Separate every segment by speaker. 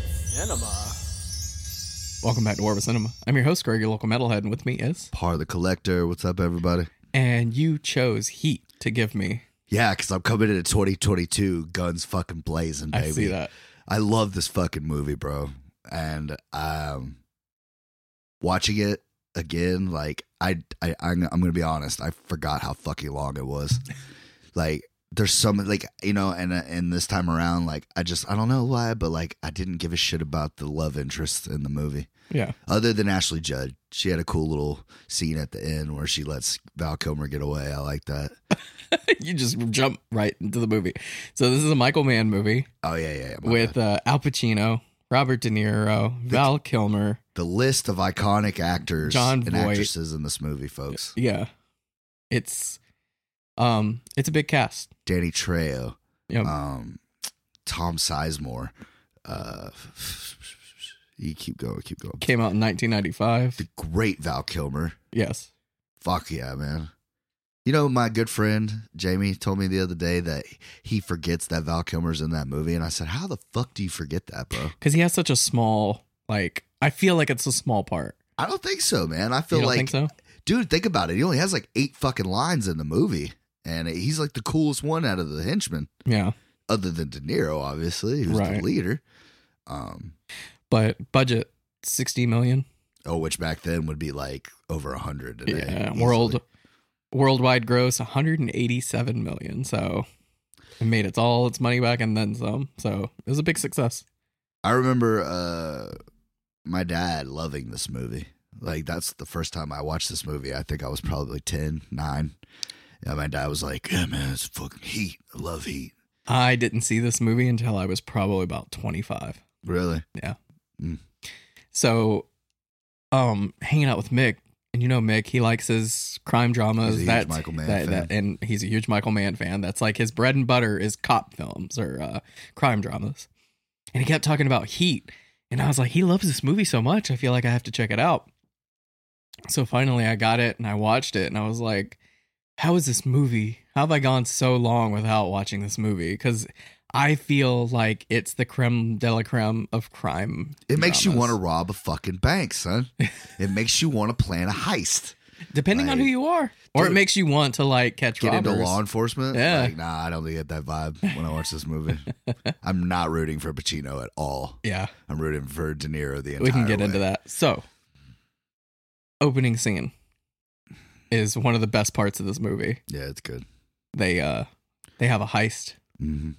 Speaker 1: Cinema.
Speaker 2: Welcome back to War of Cinema. I'm your host, Greg, your local metalhead, and with me is.
Speaker 3: Par the Collector. What's up, everybody?
Speaker 2: And you chose Heat to give me.
Speaker 3: Yeah, because I'm coming into 2022, guns fucking blazing,
Speaker 2: I
Speaker 3: baby.
Speaker 2: see that.
Speaker 3: I love this fucking movie, bro. And um, watching it again, like I, I, I'm, I'm gonna be honest, I forgot how fucking long it was. like, there's some, like, you know, and uh, and this time around, like, I just, I don't know why, but like, I didn't give a shit about the love interest in the movie,
Speaker 2: Yeah.
Speaker 3: other than Ashley Judd. She had a cool little scene at the end where she lets Val Kilmer get away. I like that.
Speaker 2: you just jump right into the movie. So, this is a Michael Mann movie
Speaker 3: Oh yeah, yeah. yeah my bad.
Speaker 2: with uh, Al Pacino, Robert De Niro, Val Kilmer.
Speaker 3: the list of iconic actors
Speaker 2: John
Speaker 3: and
Speaker 2: Voight.
Speaker 3: actresses in this movie, folks.
Speaker 2: Yeah. It's. Um, it's a big cast.
Speaker 3: Danny Trejo,
Speaker 2: Yeah,
Speaker 3: um, Tom Sizemore. Uh, you keep going, keep going.
Speaker 2: came out in 1995.
Speaker 3: The great Val Kilmer.
Speaker 2: Yes.
Speaker 3: Fuck yeah, man. You know, my good friend Jamie told me the other day that he forgets that Val Kilmer's in that movie, and I said, "How the fuck do you forget that, bro?"
Speaker 2: Because he has such a small, like, I feel like it's a small part.
Speaker 3: I don't think so, man. I
Speaker 2: You
Speaker 3: feel
Speaker 2: don't
Speaker 3: like
Speaker 2: think so?
Speaker 3: dude, think about it. He only has like eight fucking lines in the movie, and he's like the coolest one out of the henchmen,
Speaker 2: Yeah.
Speaker 3: other than De Niro, obviously, who's
Speaker 2: Right.
Speaker 3: the leader. Um,
Speaker 2: But budget 60 million.
Speaker 3: oh, which back then would be like over a hundred today.
Speaker 2: Yeah,
Speaker 3: easily.
Speaker 2: world worldwide gross 187 million. So it made its all its money back and then some. So it was a big success.
Speaker 3: I remember uh, my dad loving this movie. Like that's the first time I watched this movie. I think I was probably 10, 9. And my dad was like, "Yeah, man, it's fucking heat. I love heat.
Speaker 2: I didn't see this movie until I was probably about 25.
Speaker 3: Really?
Speaker 2: So um hanging out with Mick and you know Mick, he likes his crime dramas.
Speaker 3: He's a huge
Speaker 2: That's-
Speaker 3: Michael Mann
Speaker 2: that, that-
Speaker 3: fan.
Speaker 2: and he's a huge Michael Mann fan. That's like his bread and butter is cop films or uh, crime dramas. And he kept talking about Heat, and I was like, he loves this movie so much. I feel like I have to check it out. So finally, I got it and I watched it, and I was like, how is this movie? How have I gone so long without watching this movie? Because I feel like it's the creme de la creme of crime.
Speaker 3: It makes you want
Speaker 2: dramas.
Speaker 3: to rob a fucking bank, son. it makes you want to plan a heist."
Speaker 2: depending on who
Speaker 3: Like,
Speaker 2: you are, or it
Speaker 3: dude,
Speaker 2: makes you want to like catch
Speaker 3: get
Speaker 2: robbers.
Speaker 3: into law enforcement.
Speaker 2: Yeah.
Speaker 3: Like, nah, I don't think I get that vibe when I watch this movie. I'm not rooting for Pacino at all.
Speaker 2: Yeah,
Speaker 3: I'm rooting for De Niro the entire
Speaker 2: we can get
Speaker 3: way.
Speaker 2: into that. So, opening scene is one of the best parts of this movie.
Speaker 3: Yeah, it's good.
Speaker 2: They uh, they have a heist,
Speaker 3: hmm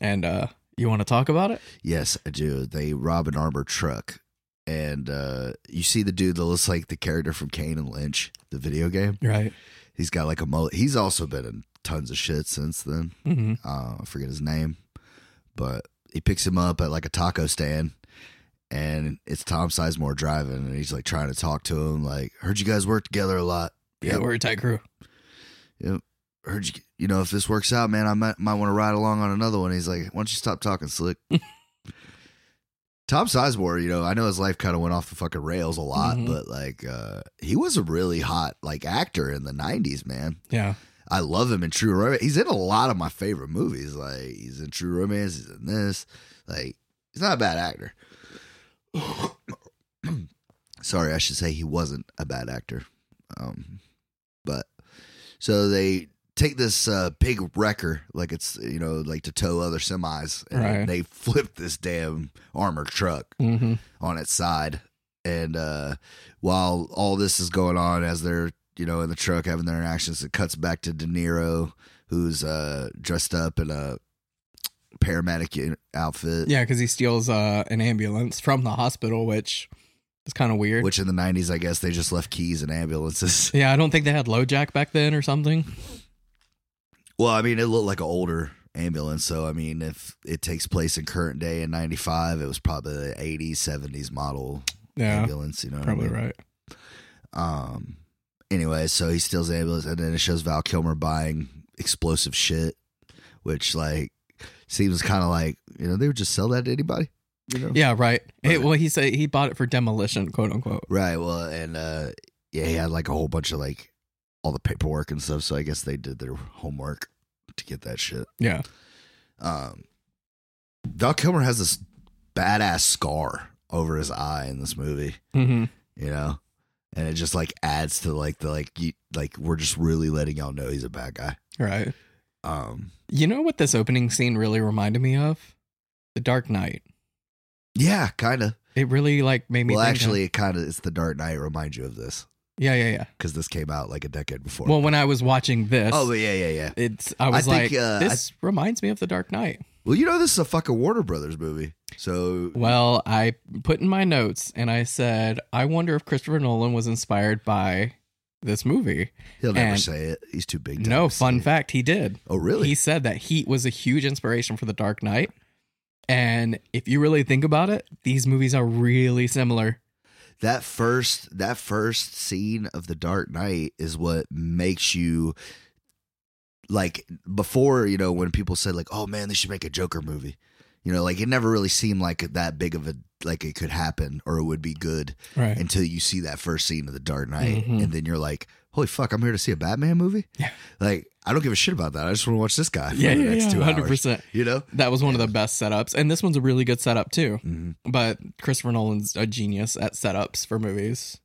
Speaker 2: and uh, you want to talk about it?
Speaker 3: Yes, I do. They rob an armored truck. And uh, you see the dude that looks like the character from Kane and Lynch, the video game.
Speaker 2: Right.
Speaker 3: He's got like a mullet. He's also been in tons of shit since then.
Speaker 2: Mm-hmm.
Speaker 3: uh, I forget his name, but he picks him up at like a taco stand, and it's Tom Sizemore driving, and he's like trying to talk to him, like, "Heard you guys work together a lot.
Speaker 2: Yeah, we're a tight crew.
Speaker 3: Heard you, you know, if this works out, man, I might might want to ride along on another one." He's like, "Why don't you stop talking, slick?" Tom Sizemore, you know, I know his life kind of went off the fucking rails a lot,
Speaker 2: Mhm.
Speaker 3: but like, uh, he was a really hot like actor in the '90s, man.
Speaker 2: Yeah.
Speaker 3: I love him in True Romance. He's in a lot of my favorite movies. Like he's in True Romance. He's in this. Like he's not a bad actor. Sorry, I should say he wasn't a bad actor. Um, but so they take this uh, big wrecker, like it's you know like to tow other semis, and
Speaker 2: Right.
Speaker 3: they flip this damn armored truck
Speaker 2: Mm-hmm.
Speaker 3: on its side. And uh, while all this is going on, as they're you know in the truck having their interactions, it cuts back to De Niro, who's uh, dressed up in a paramedic u- outfit,
Speaker 2: Yeah, because he steals uh, an ambulance from the hospital, which is kind of weird.
Speaker 3: which in the '90s, I guess they just left keys in ambulances.
Speaker 2: yeah, I don't think they had LoJack back then or something.
Speaker 3: Well, I mean, it looked like an older ambulance, so I mean, if it takes place in current day in '95, it was probably the '80s, '70s model
Speaker 2: Yeah,
Speaker 3: ambulance. You know, what I
Speaker 2: probably
Speaker 3: mean?
Speaker 2: right.
Speaker 3: Um. Anyway, so he steals the ambulance, and then it shows Val Kilmer buying explosive shit, which like seems kind of like you know they would just sell that to anybody. You know?
Speaker 2: Yeah, right. Hey,
Speaker 3: Right.
Speaker 2: well, he said he bought it for demolition, quote unquote.
Speaker 3: Right. Well, and uh, yeah, he had like a whole bunch of like all the paperwork and stuff. So I guess they did their homework to get that shit.
Speaker 2: Yeah.
Speaker 3: Um, Val Kilmer has this badass scar over his eye in this movie,
Speaker 2: Mm-hmm.
Speaker 3: you know? And it just like adds to like the like you, like we're just really letting y'all know he's a bad guy.
Speaker 2: Right.
Speaker 3: Um
Speaker 2: You know what this opening scene really reminded me of? The Dark Knight.
Speaker 3: yeah, kind of.
Speaker 2: It really like made me.
Speaker 3: Well,
Speaker 2: think of-
Speaker 3: actually, it kind of it's the Dark Knight remind you of this
Speaker 2: yeah, yeah, yeah.
Speaker 3: because this came out like a decade before.
Speaker 2: Well, when I was watching this,
Speaker 3: oh, but yeah, yeah, yeah.
Speaker 2: it's I was
Speaker 3: I think,
Speaker 2: like,
Speaker 3: uh, I-
Speaker 2: this reminds me of The Dark Knight.
Speaker 3: Well, you know this is a fucking Warner Brothers movie, so
Speaker 2: Well, I put in my notes and I said, I wonder if Christopher Nolan was inspired by this movie.
Speaker 3: he'll never
Speaker 2: and-
Speaker 3: say it. He's too big. to
Speaker 2: no,
Speaker 3: ever say
Speaker 2: fun
Speaker 3: it.
Speaker 2: fact, he did.
Speaker 3: Oh, really?
Speaker 2: He said that Heat was a huge inspiration for The Dark Knight. And if you really think about it, these movies are really similar.
Speaker 3: that first that first scene of the dark knight is what makes you like before you know when people said like oh man they should make a joker movie you know like it never really seemed like that big of a like it could happen or it would be good
Speaker 2: Right.
Speaker 3: until you see that first scene of the dark knight
Speaker 2: Mhm.
Speaker 3: and then you're like holy fuck i'm here to see a batman movie
Speaker 2: Yeah.
Speaker 3: like i don't give a shit about that i just want to watch this guy for
Speaker 2: yeah,
Speaker 3: the
Speaker 2: yeah,
Speaker 3: next
Speaker 2: yeah,
Speaker 3: two hours
Speaker 2: 100%.
Speaker 3: you know
Speaker 2: That was one of
Speaker 3: Yeah.
Speaker 2: the best setups. And this one's a really good setup, too.
Speaker 3: Mhm.
Speaker 2: But Christopher Nolan's a genius at setups for movies.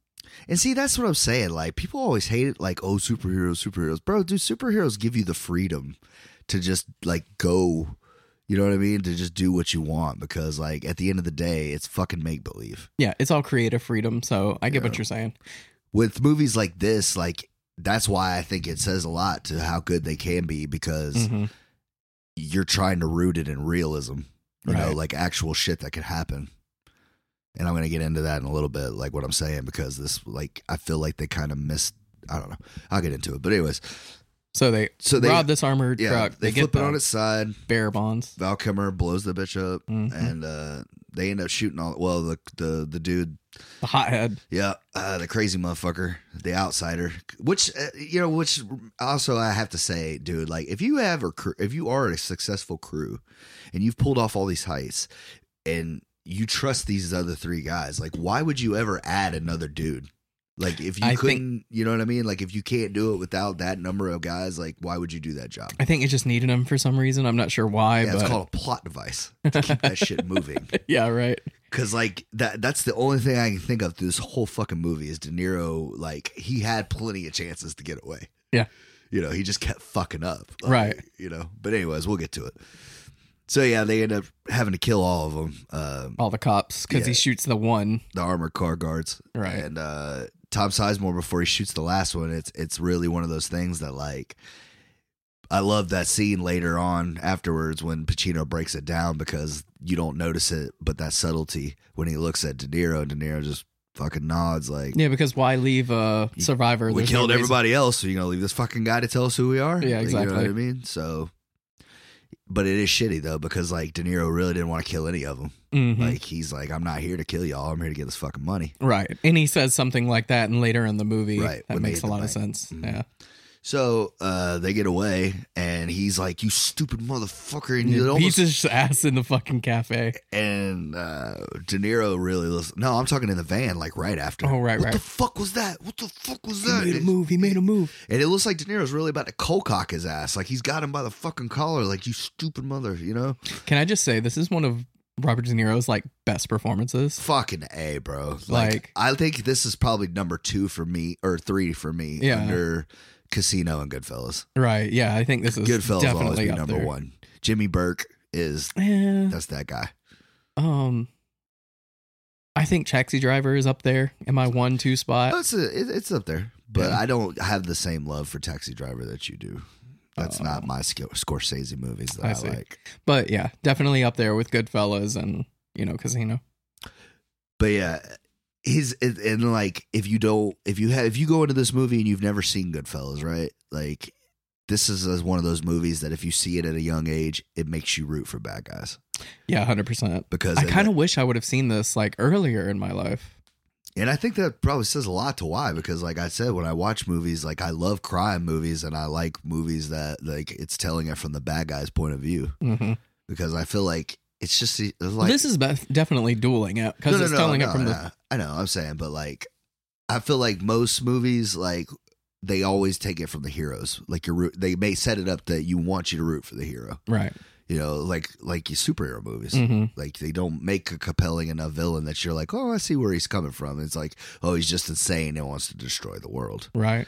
Speaker 3: And see, that's what I'm saying. Like, people always hate it, like, oh, superheroes, superheroes. Bro, dude, superheroes give you the freedom to just, like, go, you know what I mean? To just do what you want because, like, at the end of the day, it's fucking make believe.
Speaker 2: Yeah, it's all creative freedom. So I get what
Speaker 3: Yeah.
Speaker 2: you're saying.
Speaker 3: With movies like this, like, that's why I think it says a lot to how good they can be because
Speaker 2: Mhm.
Speaker 3: you're trying to root it in realism, you know,
Speaker 2: Right.
Speaker 3: like actual shit that could happen. And I'm going to get into that in a little bit, like what I'm saying, because this, like, I feel like they kind of missed. I don't know. I'll get into it. But, anyways,
Speaker 2: So they
Speaker 3: so they
Speaker 2: rob this armored
Speaker 3: yeah,
Speaker 2: truck.
Speaker 3: They,
Speaker 2: They,
Speaker 3: flip
Speaker 2: get
Speaker 3: it on
Speaker 2: the
Speaker 3: its side.
Speaker 2: bear bonds.
Speaker 3: Val Kilmer blows the bitch up,
Speaker 2: Mhm.
Speaker 3: and uh, they end up shooting all. Well, the the the dude,
Speaker 2: The hothead.
Speaker 3: yeah, uh, the crazy motherfucker, the outsider. Which uh, you know, which also I have to say, dude, like if you have a cr- if you are a successful crew, and you've pulled off all these heights, and you trust these other three guys, like why would you ever add another dude? Like if you
Speaker 2: I think-
Speaker 3: couldn't, you know what I mean. Like if you can't do it without that number of guys, like why would you do that job?
Speaker 2: I think it just needed him for some reason. I'm not sure why,
Speaker 3: Yeah,
Speaker 2: but
Speaker 3: it's called a plot device to keep that shit moving.
Speaker 2: yeah, right.
Speaker 3: Cause like that that's the only thing I can think of through this whole fucking movie is De Niro, like he had plenty of chances to get away.
Speaker 2: Yeah.
Speaker 3: You know, he just kept fucking up. Like,
Speaker 2: Right.
Speaker 3: You know. But anyways, we'll get to it. So yeah, they end up having to kill all of them. Um,
Speaker 2: All the cops because
Speaker 3: Yeah.
Speaker 2: he shoots the one.
Speaker 3: the armored car guards.
Speaker 2: Right.
Speaker 3: And uh Tom Sizemore before he shoots the last one, it's it's really one of those things that like I love that scene later on afterwards when Pacino breaks it down because you don't notice it, but that subtlety when he looks at De Niro, De Niro just fucking nods like
Speaker 2: Yeah, because why leave a survivor?
Speaker 3: we
Speaker 2: There's
Speaker 3: killed
Speaker 2: no reason-
Speaker 3: everybody else, so you gonna leave this fucking guy to tell us who we are?
Speaker 2: Yeah,
Speaker 3: Like, You know
Speaker 2: exactly.
Speaker 3: what I mean? So but it is shitty though because like De Niro really didn't want to kill any of them.
Speaker 2: Mhm.
Speaker 3: Like he's like, I'm not here to kill y'all. I'm here to get this fucking money.
Speaker 2: right, and he says something like that, and later in the movie,
Speaker 3: Right,
Speaker 2: that
Speaker 3: when they
Speaker 2: makes
Speaker 3: hit
Speaker 2: a
Speaker 3: the
Speaker 2: lot of
Speaker 3: bank.
Speaker 2: sense.
Speaker 3: Mhm.
Speaker 2: Yeah,
Speaker 3: So uh, they get away, and he's like, "You stupid motherfucker!" And
Speaker 2: He
Speaker 3: you almost
Speaker 2: his ass in the fucking cafe.
Speaker 3: and uh, De Niro really listen. No, I'm talking in the van, like right after.
Speaker 2: Oh, right,
Speaker 3: What
Speaker 2: right.
Speaker 3: the fuck was that? What the fuck was
Speaker 2: He
Speaker 3: that?
Speaker 2: made a move. He made a move.
Speaker 3: And it looks like De Niro's really about to cold cock his ass. Like he's got him by the fucking collar. Like you stupid mother, you know?
Speaker 2: Can I just say this is one of Robert De Niro's like best performances?
Speaker 3: Fucking a, bro. Like,
Speaker 2: Like-
Speaker 3: I think this is probably number two for me or three for me
Speaker 2: Yeah.
Speaker 3: under Casino and Goodfellas.
Speaker 2: Right. Yeah, I think this is
Speaker 3: Goodfellas will always
Speaker 2: definitely
Speaker 3: be
Speaker 2: up
Speaker 3: number
Speaker 2: there.
Speaker 3: one. Jimmy Burke is
Speaker 2: Eh,
Speaker 3: that's that guy.
Speaker 2: um, I think Taxi Driver is up there in my one two spot.
Speaker 3: Oh, it's a, it, it's up there, but
Speaker 2: Yeah.
Speaker 3: I don't have the same love for Taxi Driver that you do. That's
Speaker 2: Oh.
Speaker 3: not my Sc- Scorsese movies that
Speaker 2: I
Speaker 3: I,
Speaker 2: see.
Speaker 3: like.
Speaker 2: But yeah, definitely up there with Goodfellas and you know Casino.
Speaker 3: But yeah, his and, and like if you don't if you have if you go into this movie and you've never seen Goodfellas, right? Like this is as one of those movies that if you see it at a young age, it makes you root for bad guys
Speaker 2: Yeah, hundred percent.
Speaker 3: because
Speaker 2: I kind of wish I would have seen this like earlier in my life.
Speaker 3: And I think that probably says a lot to why, because like I said, when I watch movies, like I love crime movies and I like movies that like it's telling it from the bad guy's point of view.
Speaker 2: hmm
Speaker 3: because I feel like it's just it's like
Speaker 2: this is bef- definitely dueling it because it's telling it from the
Speaker 3: I know I'm saying, but like I feel like most movies like they always take it from the heroes. Like you root, they may set it up that you want you to root for the hero.
Speaker 2: right.
Speaker 3: You know, like like your superhero movies.
Speaker 2: hmm
Speaker 3: Like they don't make a compelling enough villain that you're like, oh, I see where he's coming from. It's like, oh, he's just insane and wants to destroy the world.
Speaker 2: Right.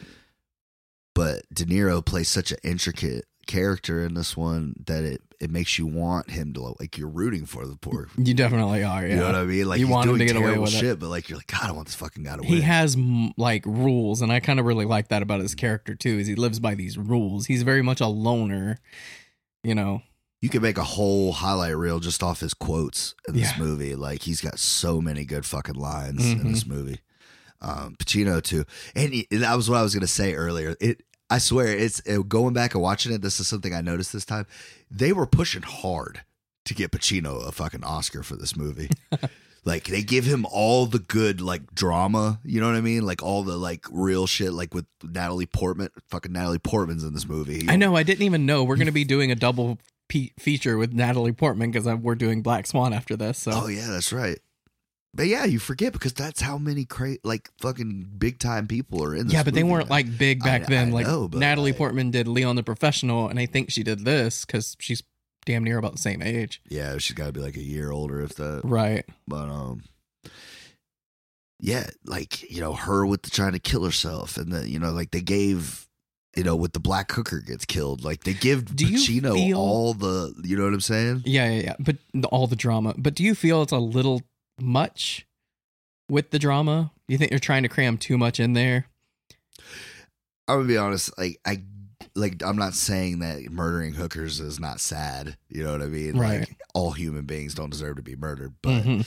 Speaker 3: But De Niro plays such an intricate character in this one that it it makes you want him to like you're rooting for the poor.
Speaker 2: You definitely are. Yeah.
Speaker 3: You know what I mean? Like
Speaker 2: You
Speaker 3: he's
Speaker 2: want him
Speaker 3: doing
Speaker 2: to get away
Speaker 3: terrible
Speaker 2: with it.
Speaker 3: shit, but like you're like, God, I want this fucking guy to
Speaker 2: he
Speaker 3: win.
Speaker 2: has mm, like rules and i kind of really like that about his character too is he lives by these rules he's very much a loner you know
Speaker 3: you could make a whole highlight reel just off his quotes in this
Speaker 2: Yeah.
Speaker 3: movie. Like he's got so many good fucking lines in
Speaker 2: Mhm.
Speaker 3: this movie. Um, Pacino too, and, he- and that was what I was gonna say earlier. It, I swear, it's it, going back and watching it. This is something I noticed this time. They were pushing hard to get Pacino a fucking Oscar for this movie. like they give him all the good like drama, you know what I mean? Like all the like real shit, like with Natalie Portman. Fucking Natalie Portman's in this movie.
Speaker 2: i know i didn't even know we're going to be doing a double pe- feature with natalie portman because we're doing black swan after this so
Speaker 3: Oh yeah, that's right. But yeah, you forget because that's how many cra- like fucking big time people are in. This
Speaker 2: yeah but they
Speaker 3: movie
Speaker 2: weren't
Speaker 3: now.
Speaker 2: like big back
Speaker 3: I-
Speaker 2: then
Speaker 3: I
Speaker 2: like
Speaker 3: know, but,
Speaker 2: natalie
Speaker 3: like-
Speaker 2: portman did leon the professional and i think she did this because she's damn near about the same age
Speaker 3: Yeah, she's got to be like a year older if that.
Speaker 2: right
Speaker 3: But um, yeah, like you know her with the trying to kill herself, and then you know like they gave. You know, with the black hooker gets killed, like they give
Speaker 2: Do you
Speaker 3: Pacino
Speaker 2: feel-
Speaker 3: all the, you know what I'm saying?
Speaker 2: yeah yeah yeah but the, all the drama but do you feel it's a little much with the drama you think you're trying to cram too much in there
Speaker 3: I'm gonna be honest, like I, like I'm not saying that murdering hookers is not sad. You know what I mean? Like
Speaker 2: Right.
Speaker 3: all human beings don't deserve to be murdered, but
Speaker 2: Mhm.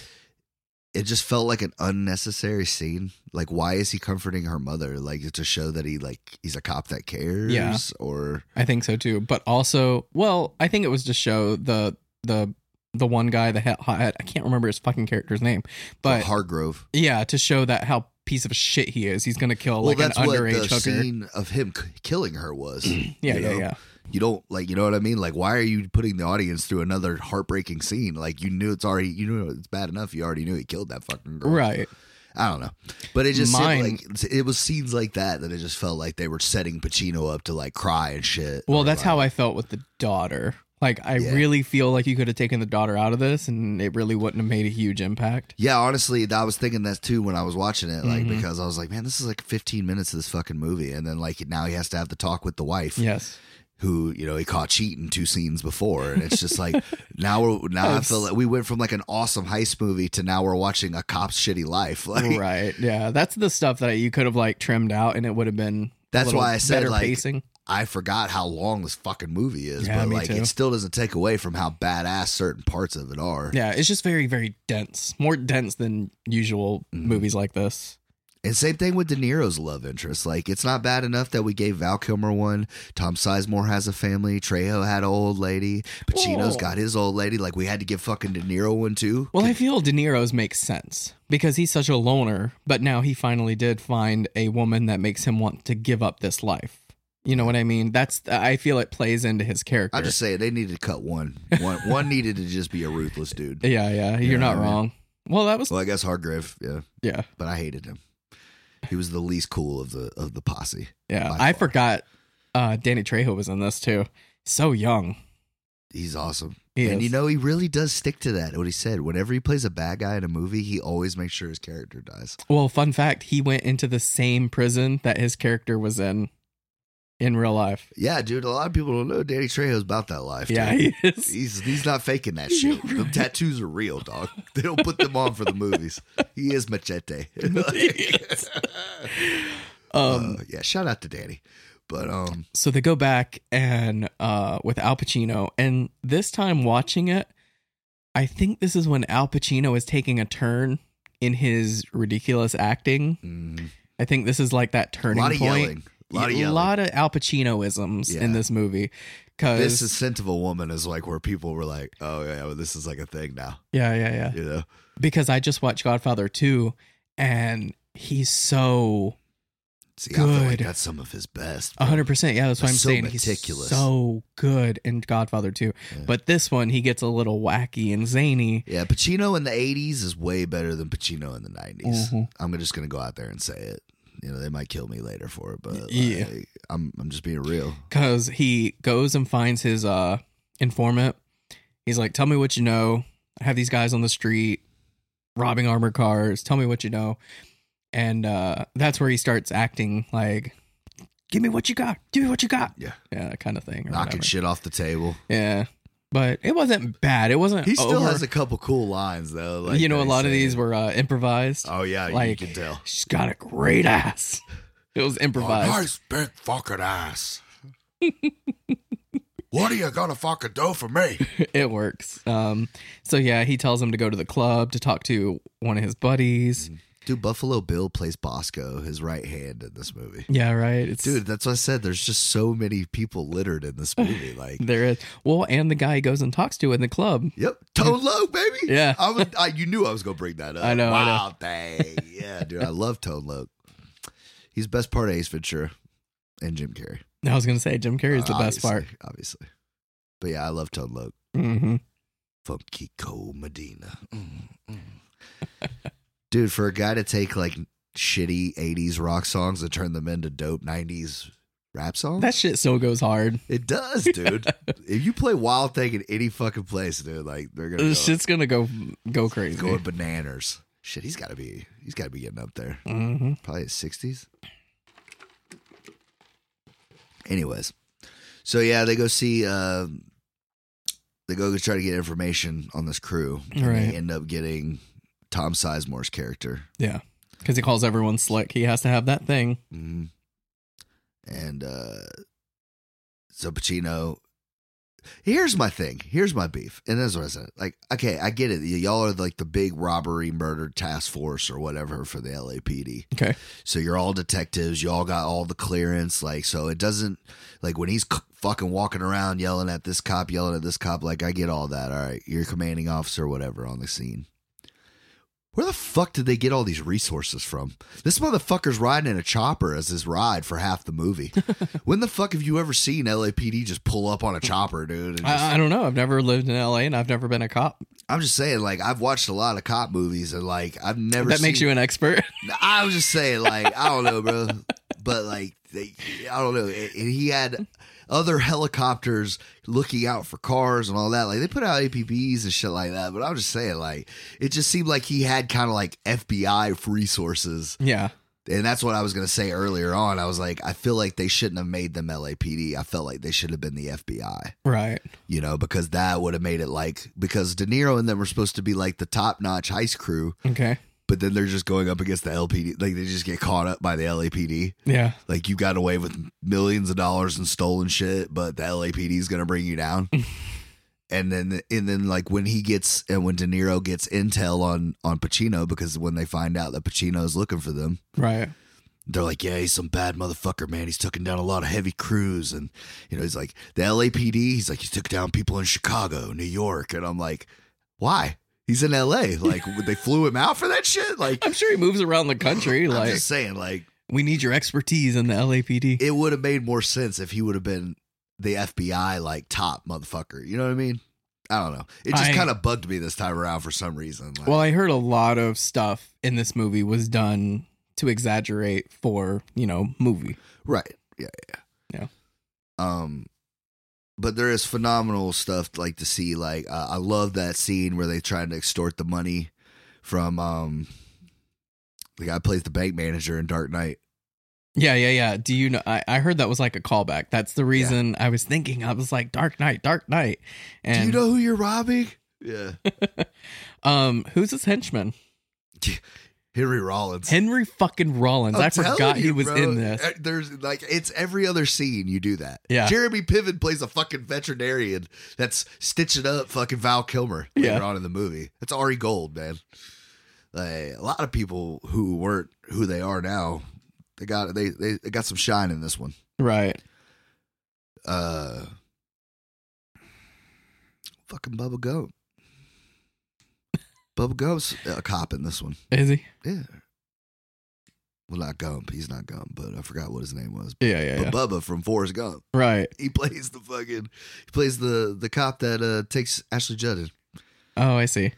Speaker 3: it just felt like an unnecessary scene. Like, why is he comforting her mother? Like to show that he like he's a cop that cares,
Speaker 2: Yeah.
Speaker 3: or
Speaker 2: I think so too. But also, well, I think it was to show the the the one guy that had, I can't remember his fucking character's name,
Speaker 3: but
Speaker 2: but
Speaker 3: Hargrove.
Speaker 2: yeah, to show that how piece of shit he is. He's gonna kill like
Speaker 3: well,
Speaker 2: an
Speaker 3: that's what the
Speaker 2: underage hooker.
Speaker 3: scene of him c- killing her was.
Speaker 2: yeah,
Speaker 3: you
Speaker 2: yeah,
Speaker 3: know?
Speaker 2: yeah.
Speaker 3: You don't like, you know what I mean? Like, why are you putting the audience through another heartbreaking scene? Like, you knew it's already, you knew it's bad enough. You already knew he killed that fucking girl,
Speaker 2: Right.
Speaker 3: I don't know, but it just seemed
Speaker 2: Mine-
Speaker 3: like it was scenes like that that it just felt like they were setting Pacino up to like cry and shit.
Speaker 2: Well,
Speaker 3: Or,
Speaker 2: that's
Speaker 3: like,
Speaker 2: how I felt with the daughter. Like I
Speaker 3: Yeah.
Speaker 2: really feel like you could have taken the daughter out of this, and it really wouldn't have made a huge impact.
Speaker 3: Yeah, honestly, I was thinking that too when I was watching it, like
Speaker 2: Mhm.
Speaker 3: because I was like, man, this is like 15 minutes of this fucking movie, and then like now he has to have the talk with the wife,
Speaker 2: Yes.
Speaker 3: who you know he caught cheating two scenes before, and it's just like now we're now I
Speaker 2: Yes.
Speaker 3: feel like we went from like an awesome heist movie to now we're watching a cop's shitty life. Like
Speaker 2: right. Yeah. That's the stuff that you could have like trimmed out, and it would have been. a
Speaker 3: That's
Speaker 2: little
Speaker 3: why I said,
Speaker 2: better
Speaker 3: like,
Speaker 2: pacing.
Speaker 3: I forgot how long this fucking movie is,
Speaker 2: Yeah,
Speaker 3: but
Speaker 2: me
Speaker 3: like
Speaker 2: too.
Speaker 3: it still doesn't take away from how badass certain parts of it are.
Speaker 2: Yeah, it's just very, very dense. More dense than usual
Speaker 3: Mhm.
Speaker 2: movies like this.
Speaker 3: And same thing with De Niro's love interest. Like, it's not bad enough that we gave Val Kilmer one. Tom Sizemore has a family. Trejo had an old lady. Pacino's
Speaker 2: Oh.
Speaker 3: got his old lady. Like, we had to give fucking De Niro one too.
Speaker 2: Well, I feel De Niro's makes sense because he's such a loner, but now he finally did find a woman that makes him want to give up this life. You know what I mean? That's I feel it plays into his character.
Speaker 3: I'm just saying they needed to cut one. One, one needed to just be a ruthless dude.
Speaker 2: yeah, yeah, you're
Speaker 3: Yeah,
Speaker 2: not
Speaker 3: I mean-
Speaker 2: wrong. Well, that was
Speaker 3: Well, I guess Hargrave, yeah,
Speaker 2: yeah,
Speaker 3: but I hated him. He was the least cool of the of the posse.
Speaker 2: yeah.
Speaker 3: By
Speaker 2: I
Speaker 3: far.
Speaker 2: forgot uh Danny Trejo was in this too. So young.
Speaker 3: He's awesome,
Speaker 2: He
Speaker 3: and
Speaker 2: is.
Speaker 3: you know he really does stick to that. What he said, whenever he plays a bad guy in a movie, he always makes sure his character dies.
Speaker 2: Well, fun fact, he went into the same prison that his character was in in real life.
Speaker 3: Yeah, dude, a lot of people don't know Danny Trejo's about that life.
Speaker 2: Yeah,
Speaker 3: dude.
Speaker 2: he is.
Speaker 3: He's he's not faking that
Speaker 2: You're
Speaker 3: shit. The
Speaker 2: right.
Speaker 3: tattoos are real, dog. They don't put them on for the movies. He is machete.
Speaker 2: Yes. um,
Speaker 3: Uh, yeah, shout out to Danny. But um,
Speaker 2: so they go back and uh, with Al Pacino, and this time watching it, I think this is when Al Pacino is taking a turn in his ridiculous acting.
Speaker 3: mm,
Speaker 2: I think this is like that
Speaker 3: a
Speaker 2: turning
Speaker 3: lot of
Speaker 2: point.
Speaker 3: yelling. A lot of
Speaker 2: Yeah,
Speaker 3: yelling.
Speaker 2: lot of Al Pacinoisms
Speaker 3: Yeah.
Speaker 2: in this movie. Cause
Speaker 3: this ascent of a woman is like where people were like, "Oh yeah, well, this is like a thing now,"
Speaker 2: yeah, yeah, yeah.
Speaker 3: you know.
Speaker 2: Because I just watched Godfather 2 and he's so
Speaker 3: See, I feel like
Speaker 2: Good.
Speaker 3: that's some of his best. bro.
Speaker 2: 100%. Yeah, that's what
Speaker 3: That's
Speaker 2: I'm
Speaker 3: so
Speaker 2: saying.
Speaker 3: meticulous.
Speaker 2: He's so good in Godfather 2.
Speaker 3: Yeah.
Speaker 2: But this one, he gets a little wacky and zany.
Speaker 3: Yeah, Pacino in the '80s is way better than Pacino in the '90s.
Speaker 2: Mhm.
Speaker 3: I'm just gonna go out there and say it. You know, they might kill me later for it, but
Speaker 2: Yeah.
Speaker 3: like, I'm I'm just being real.
Speaker 2: because he goes and finds his uh informant He's like, "Tell me what you know. I have these guys on the street robbing armored cars. Tell me what you know." And uh, that's where he starts acting like, "Give me what you got. Give me what you got."
Speaker 3: Yeah.
Speaker 2: yeah, that kind of thing. or
Speaker 3: knocking
Speaker 2: whatever.
Speaker 3: shit off the table.
Speaker 2: Yeah, but it wasn't bad. It wasn't.
Speaker 3: He still
Speaker 2: over-
Speaker 3: has a couple cool lines though. Like
Speaker 2: you know, a
Speaker 3: that he
Speaker 2: lot of
Speaker 3: said.
Speaker 2: these were uh, improvised.
Speaker 3: Oh yeah,
Speaker 2: like-
Speaker 3: you can tell.
Speaker 2: She's got a great ass. It was
Speaker 3: Oh,
Speaker 2: improvised.
Speaker 3: big fucking ass. what are you gonna fucking do for me?
Speaker 2: it works. Um, so yeah, he tells him to go to the club to talk to one of his buddies.
Speaker 3: Dude, Buffalo Bill plays Bosco, his right hand in this movie.
Speaker 2: Yeah, right. It's
Speaker 3: Dude, that's what I said. There's just so many people littered in this movie. Like,
Speaker 2: there is well, and the guy he goes and talks to in the club.
Speaker 3: yep, toe low, baby.
Speaker 2: Yeah.
Speaker 3: I was. I, you knew I was gonna bring that up.
Speaker 2: I know, I know.
Speaker 3: Wow, dang. Yeah, dude, I love Tone Loke. He's best part of Ace Ventura and Jim Carrey.
Speaker 2: I was gonna say Jim Carrey is the
Speaker 3: Uh,
Speaker 2: best part.
Speaker 3: obviously, obviously. But yeah, I love Tone Loke.
Speaker 2: hmm
Speaker 3: Funky Cole Medina. Mm, mm. Dude, for a guy to take like shitty 80s rock songs and turn them into dope 90s rap songs,
Speaker 2: That shit still goes hard.
Speaker 3: it does, dude. if you play Wild Thing in any fucking place, dude, like they're gonna
Speaker 2: This
Speaker 3: go,
Speaker 2: shit's gonna go go crazy.
Speaker 3: going bananas. Shit, he's gotta be he's gotta be getting up there.
Speaker 2: hmm
Speaker 3: Probably his 60s. Anyways. So yeah, they go see uh, they go try to get information on this crew. And
Speaker 2: Right.
Speaker 3: they end up getting Tom Sizemore's character.
Speaker 2: Yeah, because he calls everyone slick. He has to have that thing.
Speaker 3: Mhm. And uh so Pacino Here's my thing. Here's my beef. And that's what I said. Like, okay, I get it. Y- y'all are like the big robbery murder task force or whatever for the LAPD.
Speaker 2: Okay.
Speaker 3: So you're all detectives. You all got all the clearance. Like, so it doesn't, like, when he's c- fucking walking around yelling at this cop, yelling at this cop, like, I get all that. All right. You're commanding officer, whatever, on the scene. Where the fuck did they get all these resources from? This motherfucker's riding in a chopper as his ride for half the movie. when the fuck have you ever seen LAPD just pull up on a chopper, dude? and just-
Speaker 2: I, I don't know. I've never lived in LA and I've never been a cop.
Speaker 3: I'm just saying, like, I've watched a lot of cop movies and, like, I've never
Speaker 2: That makes
Speaker 3: seen-
Speaker 2: you an expert.
Speaker 3: I was just saying, like, I don't know, bro, but like, they, I don't know. And and he had other helicopters looking out for cars and all that. Like, they put out APBs and shit like that. But I'm just saying, like, it just seemed like he had kind of like FBI resources,
Speaker 2: yeah.
Speaker 3: and that's what I was gonna say earlier on. I was like, I feel like they shouldn't have made them LAPD. I felt like they should have been the FBI
Speaker 2: Right.
Speaker 3: you know, because that would have made it like because De Niro and them were supposed to be like the top notch heist crew,
Speaker 2: Okay.
Speaker 3: but then they're just going up against the LPD. Like they just get caught up by the LAPD.
Speaker 2: Yeah.
Speaker 3: Like you got away with millions of dollars in stolen shit, but the LAPD is gonna bring you down. and then and then like when he gets and when De Niro gets intel on on Pacino because when they find out that Pacino's looking for them,
Speaker 2: Right.
Speaker 3: they're like, yeah, he's some bad motherfucker, man. He's taken down a lot of heavy crews. And, you know, he's like, the LAPD, he's like, he took down people in Chicago, New York. And I'm like, why? He's in LA. Like, they flew him out for that shit? Like,
Speaker 2: I'm sure he moves around the country.
Speaker 3: I'm
Speaker 2: Like,
Speaker 3: just saying, like,
Speaker 2: we need your expertise in the LAPD.
Speaker 3: it would have made more sense if he would have been the FBI, like, top motherfucker. You know what I mean? I don't know. It just
Speaker 2: I-
Speaker 3: kind of bugged me this time around for some reason. Like,
Speaker 2: well, I heard a lot of stuff in this movie was done to exaggerate for, you know, movie.
Speaker 3: Right. Yeah.
Speaker 2: Yeah.
Speaker 3: Yeah. Um, but there is phenomenal stuff like to see. Like uh, I love that scene where they trying to extort the money from um the guy who plays the bank manager in Dark Knight.
Speaker 2: Yeah, yeah, yeah. Do you know? I, I heard that was like a callback. That's the reason I was thinking. I was like, Dark Knight, Dark Knight. And
Speaker 3: Do you know who you're robbing? Yeah,
Speaker 2: um, who's his henchman?
Speaker 3: Henry Rollins.
Speaker 2: Henry fucking Rollins.
Speaker 3: I'm
Speaker 2: i
Speaker 3: telling
Speaker 2: forgot he
Speaker 3: you,
Speaker 2: was
Speaker 3: bro.
Speaker 2: in this.
Speaker 3: Uh, There's like it's every other scene you do that.
Speaker 2: Yeah.
Speaker 3: Jeremy Piven plays a fucking veterinarian that's stitching up fucking Val Kilmer later
Speaker 2: Yeah.
Speaker 3: on in the movie. That's Ari Gold, man. Like, a lot of people who weren't who they are now, they got they they, they got some shine in this one.
Speaker 2: Right.
Speaker 3: Uh fucking Bubba Goat. Bubba Goat's a cop in this one.
Speaker 2: Is he?
Speaker 3: Yeah. Well, not Gump. He's not Gump, but I forgot what his name was.
Speaker 2: Yeah, yeah, yeah.
Speaker 3: But Bubba from Forrest Gump.
Speaker 2: Right.
Speaker 3: He plays the fucking he plays the the cop that uh takes Ashley Judd in.
Speaker 2: Oh, I see.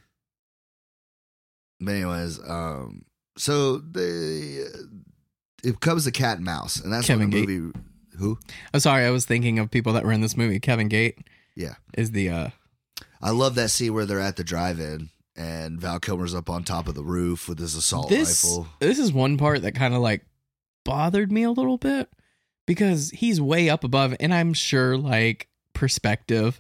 Speaker 3: But anyways, um so they uh, it comes to cat and mouse, and that's
Speaker 2: Kevin
Speaker 3: when the
Speaker 2: Gate.
Speaker 3: movie who?
Speaker 2: I'm sorry. I was thinking of people that were in this movie. Kevin Gate.
Speaker 3: Yeah.
Speaker 2: Is the uh
Speaker 3: I love that scene where they're at the drive-in and Val Kilmer's up on top of the roof with his assault
Speaker 2: this
Speaker 3: rifle.
Speaker 2: this is one part that kind of like bothered me a little bit because he's way up above and I'm sure like perspective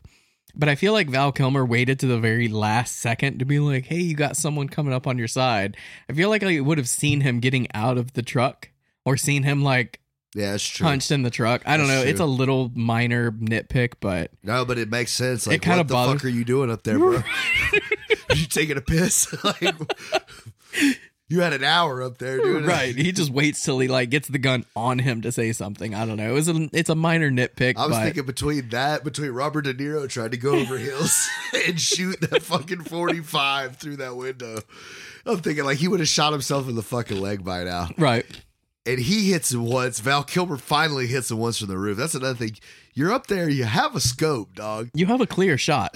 Speaker 2: but I feel like Val Kilmer waited to the very last second to be like hey you got someone coming up on your side I feel like I would have seen him getting out of the truck or seen him like
Speaker 3: Yeah, it's true.
Speaker 2: punched in the truck I don't
Speaker 3: That's
Speaker 2: know
Speaker 3: true.
Speaker 2: it's a little minor nitpick but
Speaker 3: No, but it makes sense. Like,
Speaker 2: kinda
Speaker 3: what the
Speaker 2: bothers-
Speaker 3: fuck are you doing up there, bro? you taking a piss? like, you had an hour up there, dude.
Speaker 2: right he just waits till he like gets the gun on him to say something I don't know it was a, it's a minor nitpick
Speaker 3: I was
Speaker 2: but
Speaker 3: thinking between that, between Robert De Niro trying to go over hills and shoot that fucking 45 through that window. I'm thinking like he would have shot himself in the fucking leg by now.
Speaker 2: right
Speaker 3: And he hits it once. Val Kilmer finally hits it once from the roof. That's another thing. You're up there, you have a scope, dog.
Speaker 2: you have a clear shot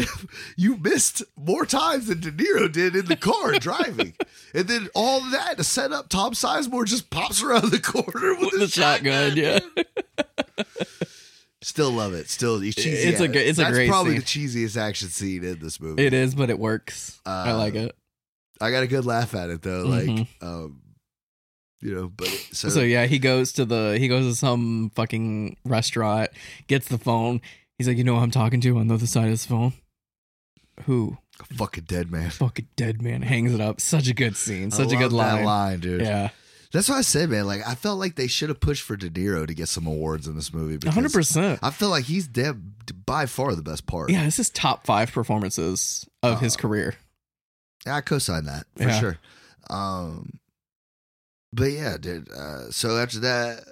Speaker 3: You missed more times than De Niro did in the car driving. And then all that to set up Tom Sizemore just pops around the corner with,
Speaker 2: the
Speaker 3: his
Speaker 2: shotgun. Yeah,
Speaker 3: Still love it. Still, it's cheesy.
Speaker 2: It's a good- it's a
Speaker 3: That's
Speaker 2: great
Speaker 3: probably the cheesiest action scene in this movie.
Speaker 2: it is, but it works. I
Speaker 3: Uh,
Speaker 2: like it.
Speaker 3: I got a good laugh at it though. Like,
Speaker 2: Mhm.
Speaker 3: um, you know, but so,
Speaker 2: So yeah, he goes to the he goes to some fucking restaurant, gets the phone. He's like, you know, who I'm talking to on the other side of this phone. Who
Speaker 3: fucking dead man.
Speaker 2: fucking dead man hangs it up. Such a good scene. Such
Speaker 3: I
Speaker 2: a good
Speaker 3: love that
Speaker 2: line.
Speaker 3: line, dude.
Speaker 2: Yeah,
Speaker 3: That's what I said, man. Like, I felt like they should have pushed for De Niro to get some awards in this movie. because
Speaker 2: 100. percent
Speaker 3: I feel like he's damn, by far the best part.
Speaker 2: Yeah, this is top five performances of his
Speaker 3: Uh,
Speaker 2: career.
Speaker 3: Yeah, I co-sign that for
Speaker 2: Yeah.
Speaker 3: sure. Um, but yeah, dude. Uh, so after that,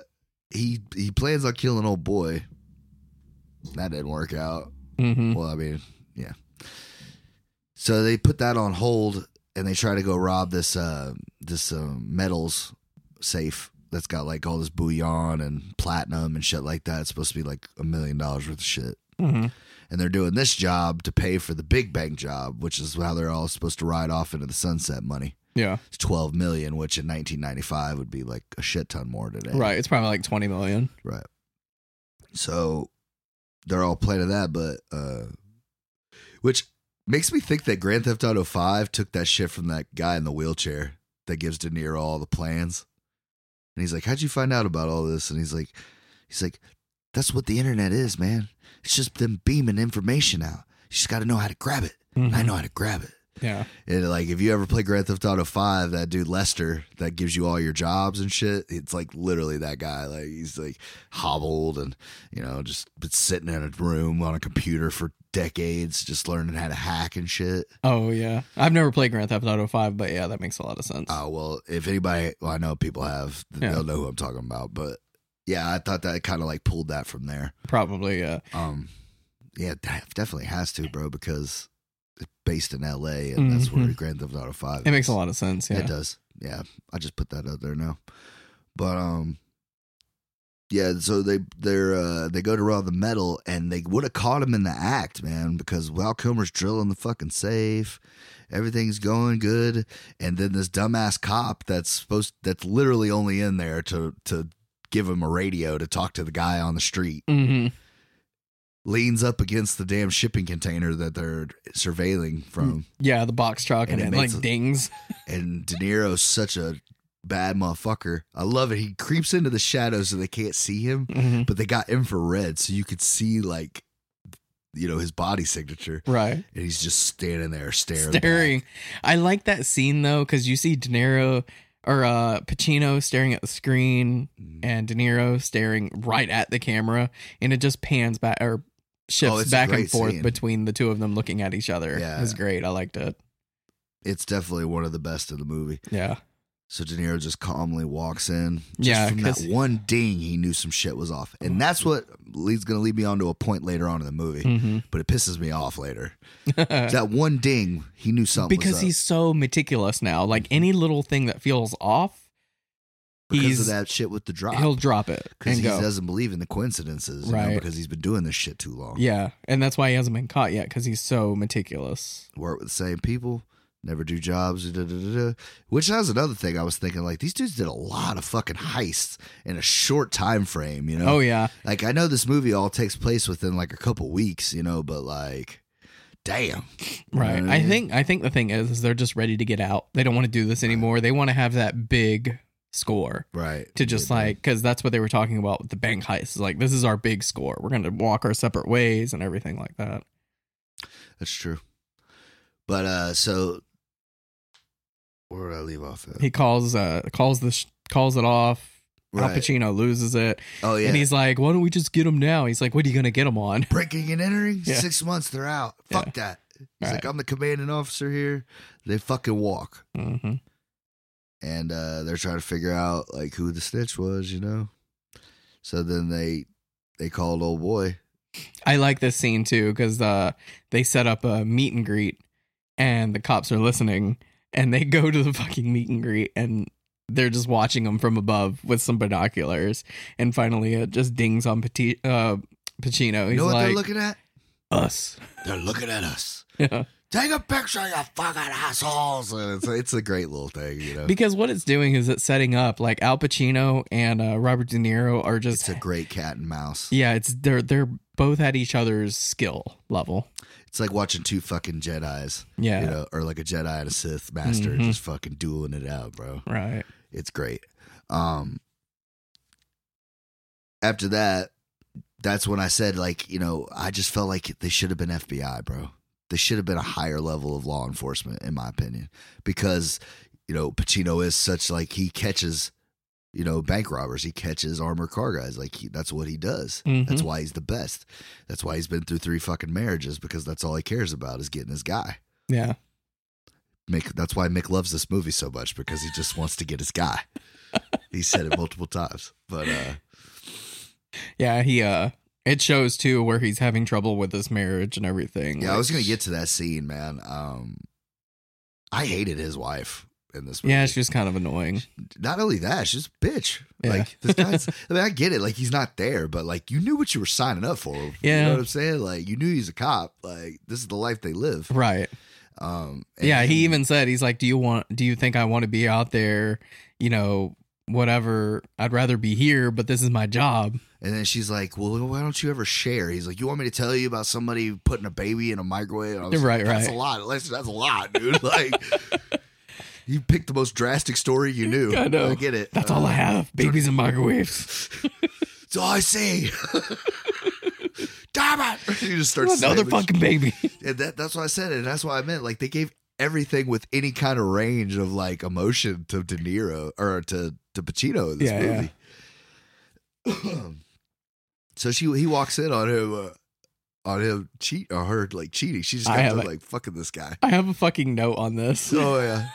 Speaker 3: he he plans on killing old boy. That didn't work out.
Speaker 2: hmm
Speaker 3: Well, I mean, yeah. So they put that on hold, and they try to go rob this uh, this uh, metals safe that's got like all this bullion and platinum and shit like that. It's supposed to be like a million dollars worth of shit
Speaker 2: hmm
Speaker 3: and they're doing this job to pay for the big bank job, which is how they're all supposed to ride off into the sunset money.
Speaker 2: Yeah,
Speaker 3: It's 12 million, which in 1995 would be like a shit ton more today.
Speaker 2: right. It's probably like 20 million.
Speaker 3: Right. So they're all planning that, but uh which makes me think that Grand Theft Auto 5 took that shit from that guy in the wheelchair that gives De Niro all the plans. And he's like, "How'd you find out about all this?" And he's like he's like, "That's what the internet is, man. It's just them beaming information out. You just got to know how to grab it. And I
Speaker 2: Mhm.
Speaker 3: know how to grab it."
Speaker 2: Yeah,
Speaker 3: And like, if you ever play Grand Theft Auto Five, that dude Lester that gives you all your jobs and shit, it's like literally that guy. Like he's like hobbled and you know just been sitting in a room on a computer for decades, just learning how to hack and shit.
Speaker 2: Oh yeah, I've never played Grand Theft Auto Five, but yeah, that makes a lot of sense.
Speaker 3: Uh, well, if anybody, well, I know people have,
Speaker 2: Yeah.
Speaker 3: they'll know who I'm talking about. But yeah, I thought that kind of like pulled that from there.
Speaker 2: Probably uh, yeah.
Speaker 3: Um, yeah, def- definitely has to, bro, because it's based in L.A. and that's where
Speaker 2: Mhm.
Speaker 3: Grand Theft Auto Five.
Speaker 2: It makes
Speaker 3: is.
Speaker 2: a lot of sense. Yeah.
Speaker 3: It does. Yeah. I just put that out there now. But um yeah, so they they're uh they go to rob the metal and they would have caught him in the act, man, because Val Kilmer's drilling the fucking safe. Everything's going good, and then this dumbass cop that's supposed that's literally only in there to to give him a radio to talk to the guy on the street
Speaker 2: hmm
Speaker 3: leans up against the damn shipping container that they're surveilling from.
Speaker 2: Yeah, the box truck and,
Speaker 3: And
Speaker 2: it
Speaker 3: it
Speaker 2: like
Speaker 3: makes a-
Speaker 2: dings.
Speaker 3: and De Niro's such a bad motherfucker. I love it. He creeps into the shadows so they can't see him, but they got infrared so you could see like you know his body signature,
Speaker 2: Right.
Speaker 3: and he's just standing there staring. back.
Speaker 2: Staring. I like that scene though, because you see De Niro or uh Pacino staring at the screen
Speaker 3: Mm.
Speaker 2: and De Niro staring right at the camera and it just pans back or
Speaker 3: Oh,
Speaker 2: shifts
Speaker 3: it's a
Speaker 2: back and
Speaker 3: great
Speaker 2: forth
Speaker 3: scene.
Speaker 2: between the two of them looking at each other.
Speaker 3: Yeah.
Speaker 2: It was great. I liked it.
Speaker 3: It's definitely one of the best of the movie.
Speaker 2: Yeah.
Speaker 3: So De Niro just calmly walks in. Just
Speaker 2: Yeah,
Speaker 3: from that
Speaker 2: 'cause- Mm.
Speaker 3: one ding, he knew some shit was off, and that's what leads going to lead me on to a point later on in the movie.
Speaker 2: hmm
Speaker 3: But it pisses me off later.
Speaker 2: Mm-hmm.
Speaker 3: that one ding, he knew something. was
Speaker 2: because
Speaker 3: up. Mm-hmm.
Speaker 2: he's so meticulous now. Like any little thing that feels off,
Speaker 3: because
Speaker 2: he's
Speaker 3: of that shit with the drop.
Speaker 2: he'll drop it
Speaker 3: because
Speaker 2: and
Speaker 3: he
Speaker 2: go.
Speaker 3: doesn't believe in the coincidences, you know,
Speaker 2: Right.
Speaker 3: because he's been doing this shit too long.
Speaker 2: Yeah, and that's why he hasn't been caught yet because he's so meticulous.
Speaker 3: work with the same people, never do jobs, da, da, da, da, da. which that was another thing I was thinking. Like these dudes did a lot of fucking heists in a short time frame, you know.
Speaker 2: Oh yeah,
Speaker 3: Like I know this movie all takes place within like a couple weeks, you know, but like. damn. You know
Speaker 2: Right.
Speaker 3: what
Speaker 2: I
Speaker 3: mean?
Speaker 2: think I think the thing is, is they're just ready to get out. They don't want to do this anymore. They want to have that big score
Speaker 3: Right.
Speaker 2: to just
Speaker 3: Yeah,
Speaker 2: like because that's what they were talking about with the bank heist. Is like this is our big score. We're gonna walk our separate ways and everything like that.
Speaker 3: That's true. But uh so where did I leave off at?
Speaker 2: He calls uh calls this calls it off. Al
Speaker 3: Right.
Speaker 2: Pacino loses it,
Speaker 3: Oh yeah.
Speaker 2: and he's like, "Why don't we just get him now?" He's like, "What are you gonna get him on?"
Speaker 3: breaking and entering.
Speaker 2: Yeah.
Speaker 3: Six months, they're out.
Speaker 2: Yeah.
Speaker 3: Fuck that. He's
Speaker 2: Right.
Speaker 3: like, "Oh." I'm the commanding officer here. They fucking walk,
Speaker 2: hmm
Speaker 3: and uh, they're trying to figure out like who the snitch was, you know. So then they they called old boy.
Speaker 2: I like this scene too because uh, they set up a meet and greet, and the cops are listening, and they go to the fucking meet and greet, and they're just watching them from above with some binoculars, and finally it just dings on Pati- uh, Pacino. He's
Speaker 3: You know what
Speaker 2: like,
Speaker 3: they're looking at?
Speaker 2: "Us."
Speaker 3: They're looking at us.
Speaker 2: Yeah.
Speaker 3: Take a picture, you fucking assholes. And it's, it's a great little thing, you know.
Speaker 2: Because what it's doing is it's setting up like Al Pacino and uh, Robert De Niro are
Speaker 3: It's
Speaker 2: just
Speaker 3: a great cat and mouse.
Speaker 2: yeah, it's they're they're both at each other's skill level.
Speaker 3: It's like watching two fucking Jedi's,
Speaker 2: Yeah,
Speaker 3: you know, or like a Jedi and a Sith master
Speaker 2: Mhm.
Speaker 3: just fucking dueling it out, bro.
Speaker 2: right.
Speaker 3: It's great. Um after that, that's when I said like, you know, I just felt like they should have been FBI, bro. They should have been a higher level of law enforcement in my opinion because you know, Pacino is such like he catches you know, bank robbers, he catches armored car guys. Like he, that's what he does. That's
Speaker 2: Mhm.
Speaker 3: why he's the best. That's why he's been through three fucking marriages because that's all he cares about is getting his guy.
Speaker 2: Yeah,
Speaker 3: Mick, that's why Mick loves this movie so much because he just wants to get his guy. he said it multiple times, but uh,
Speaker 2: yeah. He uh, it shows too where he's having trouble with his marriage and everything.
Speaker 3: yeah, I
Speaker 2: Like,
Speaker 3: was gonna get to that scene, man. Um, I hated his wife in this movie.
Speaker 2: Yeah, she was kind of annoying.
Speaker 3: Not only that, she's a bitch.
Speaker 2: Yeah.
Speaker 3: Like this guy's. I mean, I get it. Like he's not there, but like you knew what you were signing up for. you
Speaker 2: Yeah.
Speaker 3: know what I'm saying. Like you knew he's a cop. Like this is the life they live.
Speaker 2: Right.
Speaker 3: Um,
Speaker 2: yeah,
Speaker 3: and-
Speaker 2: he even said he's like, "Do you want do you think I want to be out there, you know, whatever. I'd rather be here, but this is my job."
Speaker 3: And then she's like, "Well, why don't you ever share?" He's like, "You want me to tell you about somebody putting a baby in a microwave?" And I was
Speaker 2: Right,
Speaker 3: like, That's
Speaker 2: right.
Speaker 3: a lot. That's, that's a lot, dude. Like, you picked the most drastic story you knew.
Speaker 2: I know.
Speaker 3: get it.
Speaker 2: That's all I have. Babies and microwaves.
Speaker 3: That's all I see. Damn it! You just start
Speaker 2: Another
Speaker 3: slamming-
Speaker 2: fucking baby.
Speaker 3: And that, that's what I said, and that's what I meant. Like they gave everything with any kind of range of like emotion to De Niro or to to Pacino in this
Speaker 2: Yeah,
Speaker 3: movie. so she he walks in on him uh, on him cheat or her like cheating. She just
Speaker 2: I
Speaker 3: got
Speaker 2: have
Speaker 3: done
Speaker 2: it.
Speaker 3: like fucking this guy.
Speaker 2: I have a fucking note on this.
Speaker 3: Oh yeah.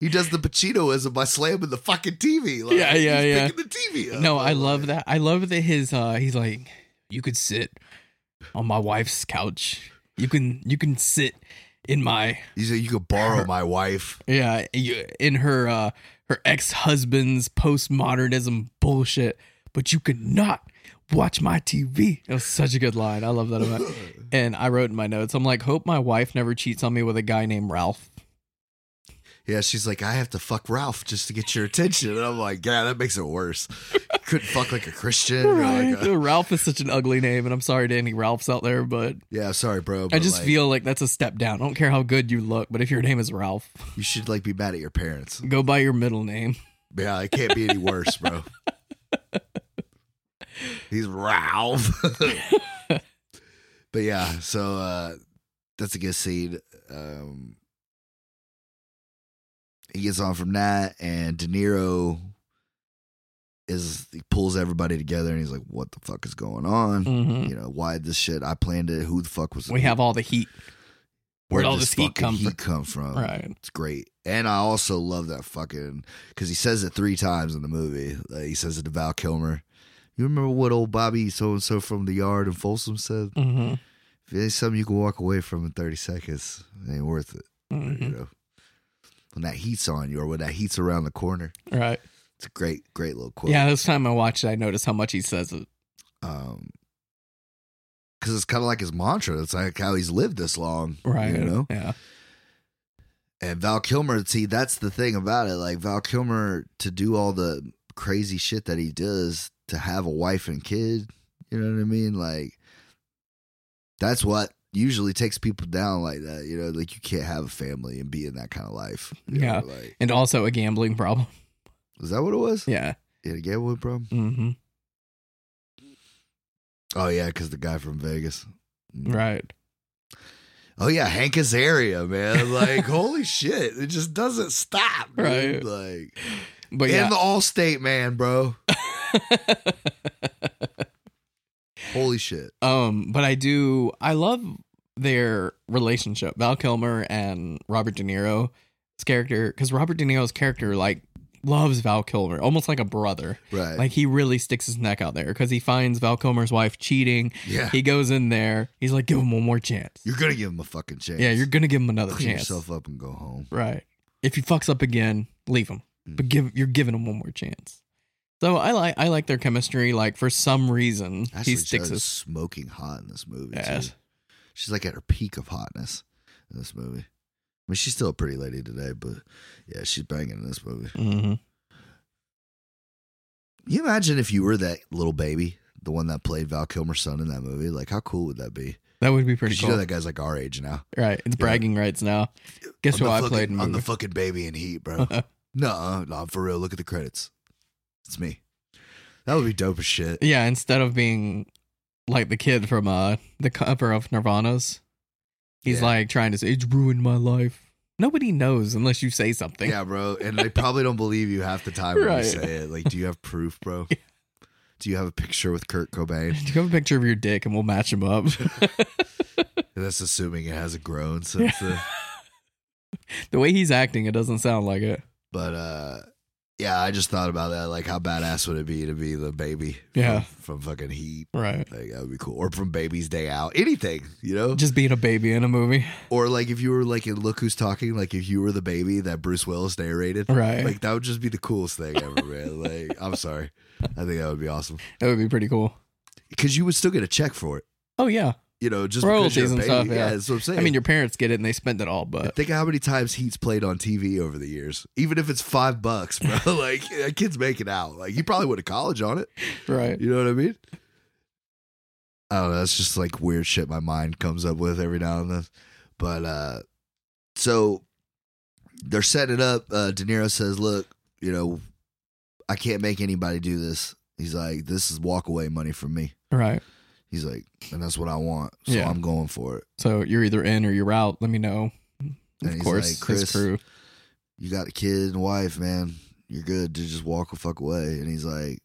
Speaker 3: He does the Pacinoism by slamming the fucking TV. Like,
Speaker 2: Yeah, yeah,
Speaker 3: he's
Speaker 2: yeah.
Speaker 3: Picking the TV. Up.
Speaker 2: No, I love that. I love that his uh he's like, "You could sit on my wife's couch. You can you can sit in my
Speaker 3: He's like, you could borrow my wife.
Speaker 2: Yeah, you, in her uh, her ex husband's postmodernism bullshit, but you could not watch my TV. It was such a good line. I love that about. it. And I wrote in my notes, I'm like, hope my wife never cheats on me with a guy named Ralph.
Speaker 3: Yeah, she's like, I have to fuck Ralph just to get your attention. And I'm like, yeah, that makes it worse. You couldn't fuck like a Christian. or
Speaker 2: Right?
Speaker 3: Like a,
Speaker 2: Ralph is such an ugly name, and I'm sorry to any Ralphs out there, but
Speaker 3: yeah, sorry, bro.
Speaker 2: I
Speaker 3: but,
Speaker 2: just
Speaker 3: like,
Speaker 2: feel like that's a step down. I don't care how good you look, but if your name is Ralph,
Speaker 3: you should like be mad at your parents.
Speaker 2: go by your middle name.
Speaker 3: Yeah, it can't be any worse, bro. He's Ralph. but yeah, so uh that's a good scene. Um he gets on from that and De Niro is he pulls everybody together and he's like, What the fuck is going on?
Speaker 2: hmm
Speaker 3: You know, why this shit? I planned it. Who the fuck was
Speaker 2: We have all the heat. Where'd all this heat come
Speaker 3: fucking
Speaker 2: from?
Speaker 3: come from?
Speaker 2: Right.
Speaker 3: It's great. And I also love that fucking because he says it three times in the movie. Like, he says it to Val Kilmer. You remember what old Bobby so and so from the yard in Folsom said?
Speaker 2: hmm
Speaker 3: If it ain't something you can walk away from in 30 seconds, it ain't worth it. You
Speaker 2: hmm
Speaker 3: know? When that heat's on you or when that heat's around the corner.
Speaker 2: Right.
Speaker 3: It's a great, great little Mm-hmm. quote.
Speaker 2: Yeah, this time I watched it, I noticed how much he says it.
Speaker 3: Um, because it's kind of like his mantra. It's like how he's lived this long,
Speaker 2: Right.
Speaker 3: You know,
Speaker 2: Yeah.
Speaker 3: And Val Kilmer, see, that's the thing about it. Like Val Kilmer to do all the crazy shit that he does to have a wife and kid, you know what I mean? Like that's what usually takes people down like that. You know, like you can't have a family and be in that kind of life. you
Speaker 2: Yeah.
Speaker 3: know, like
Speaker 2: and also a gambling problem.
Speaker 3: was that what it was?
Speaker 2: Yeah.
Speaker 3: Yeah, the gambling problem.
Speaker 2: hmm
Speaker 3: Oh yeah, because the guy from Vegas.
Speaker 2: Right.
Speaker 3: Oh yeah, Hank Azaria, man. Like holy shit, it just doesn't stop,
Speaker 2: Right.
Speaker 3: dude. Like
Speaker 2: But
Speaker 3: in
Speaker 2: yeah.
Speaker 3: the Allstate, man, bro. Holy shit.
Speaker 2: um, but I do. I love their relationship, Val Kilmer and Robert De Niro's character, because Robert De Niro's character like loves Val Kilmer almost like a brother.
Speaker 3: Right.
Speaker 2: Like he really sticks his neck out there because he finds Val Kilmer's wife cheating.
Speaker 3: yeah.
Speaker 2: He goes in there. He's like, give him one more chance.
Speaker 3: you're gonna give him a fucking chance.
Speaker 2: yeah, you're gonna give him another
Speaker 3: clean
Speaker 2: chance.
Speaker 3: yourself up and go home.
Speaker 2: Right. If he fucks up again, leave him.
Speaker 3: Mm.
Speaker 2: But give you're giving him one more chance. So I like I like their chemistry. Like for some reason
Speaker 3: Ashley
Speaker 2: he sticks
Speaker 3: Judd is
Speaker 2: his
Speaker 3: smoking hot in this movie.
Speaker 2: Yes.
Speaker 3: Too. She's like at her peak of hotness in this movie. I mean, she's still a pretty lady today, but yeah, she's banging in this movie.
Speaker 2: hmm
Speaker 3: Can you imagine if you were that little baby, the one that played Val Kilmer's son in that movie? Like, how cool would that be?
Speaker 2: That would be pretty
Speaker 3: 'Cause
Speaker 2: cool.
Speaker 3: You know that guy's like our age now.
Speaker 2: right. It's bragging rights now. Guess
Speaker 3: I'm
Speaker 2: who
Speaker 3: the
Speaker 2: I
Speaker 3: fucking-
Speaker 2: played in
Speaker 3: I'm
Speaker 2: movie?
Speaker 3: the fucking baby in Heat, bro. no, no, for real. Look at the credits. It's me. That would be dope as shit.
Speaker 2: yeah, instead of being like the kid from uh the cover of Nirvana's, he's
Speaker 3: Yeah.
Speaker 2: like trying to say it's ruined my life. Nobody knows unless you say something.
Speaker 3: Yeah, bro. And they probably don't believe you half the time when
Speaker 2: Right.
Speaker 3: you say it. Like, do you have proof, bro? Do you have a picture with Kurt Cobain?
Speaker 2: Take a picture of your dick and we'll match him up.
Speaker 3: And that's assuming it hasn't grown since then.
Speaker 2: the way he's acting, it doesn't sound like it.
Speaker 3: But uh yeah, I just thought about that. Like how badass would it be to be the baby from-
Speaker 2: Yeah.
Speaker 3: from, fucking Heat?
Speaker 2: Right.
Speaker 3: Like that would be cool. Or from Baby's Day Out. Anything, you know?
Speaker 2: Just being a baby in a movie.
Speaker 3: or like if you were like in Look Who's Talking, like if you were the baby that Bruce Willis narrated.
Speaker 2: Right.
Speaker 3: Like that would just be the coolest thing ever, man. Like, I'm sorry. I think that would be awesome.
Speaker 2: That would be pretty cool.
Speaker 3: Because you would still get a check for it.
Speaker 2: Oh yeah.
Speaker 3: you know, just
Speaker 2: Royalties
Speaker 3: because you're a
Speaker 2: and
Speaker 3: baby.
Speaker 2: stuff,
Speaker 3: yeah.
Speaker 2: yeah.
Speaker 3: that's what I'm saying.
Speaker 2: I mean, your parents get it and they spend it all, but
Speaker 3: think of how many times Heat's played on TV over the years. Even if it's five bucks, bro, like that kid's making out. Like he probably went to college on it.
Speaker 2: right.
Speaker 3: You know what I mean? I don't know. That's just like weird shit my mind comes up with every now and then. But uh so they're setting it up. Uh De Niro says, Look, you know, I can't make anybody do this. He's like, This is walk away money from me.
Speaker 2: Right.
Speaker 3: He's like, and that's what I want. So
Speaker 2: Yeah.
Speaker 3: I'm going for it.
Speaker 2: So you're either in or you're out. Let me know.
Speaker 3: And
Speaker 2: of
Speaker 3: he's
Speaker 2: course,
Speaker 3: like,
Speaker 2: his
Speaker 3: "Chris,
Speaker 2: crew.
Speaker 3: you got a kid and wife, man. You're good to just walk the fuck away. And he's like,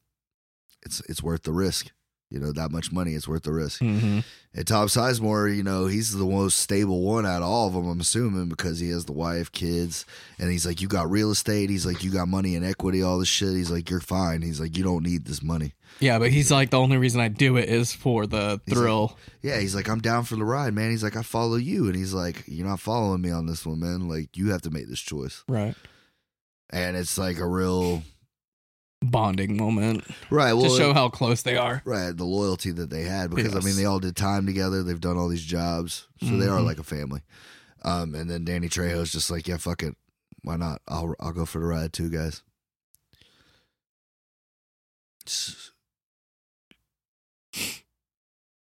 Speaker 3: it's it's worth the risk. You know, that much money, it's worth the risk.
Speaker 2: hmm
Speaker 3: And Tom Sizemore, you know, he's the most stable one out of all of them, I'm assuming, because he has the wife, kids, and he's like, you got real estate. He's like, you got money and equity, all this shit. He's like, you're fine. He's like, you don't need this money.
Speaker 2: Yeah, but he's like the only reason I do it is for the
Speaker 3: He's like-
Speaker 2: thrill.
Speaker 3: Yeah, he's like, I'm down for the ride, man. He's like, I follow you. And he's like, you're not following me on this one, man. Like, you have to make this choice.
Speaker 2: right.
Speaker 3: And it's like a real
Speaker 2: Bonding moment
Speaker 3: right. Well,
Speaker 2: to show how close they are.
Speaker 3: Right, the loyalty that they had because
Speaker 2: Yes.
Speaker 3: I mean they all did time together. They've done all these jobs, so they are
Speaker 2: Mhm.
Speaker 3: like a family. Um, and then Danny Trejo's just like, yeah, fuck it, why not? I'll I'll go for the ride too, guys. S-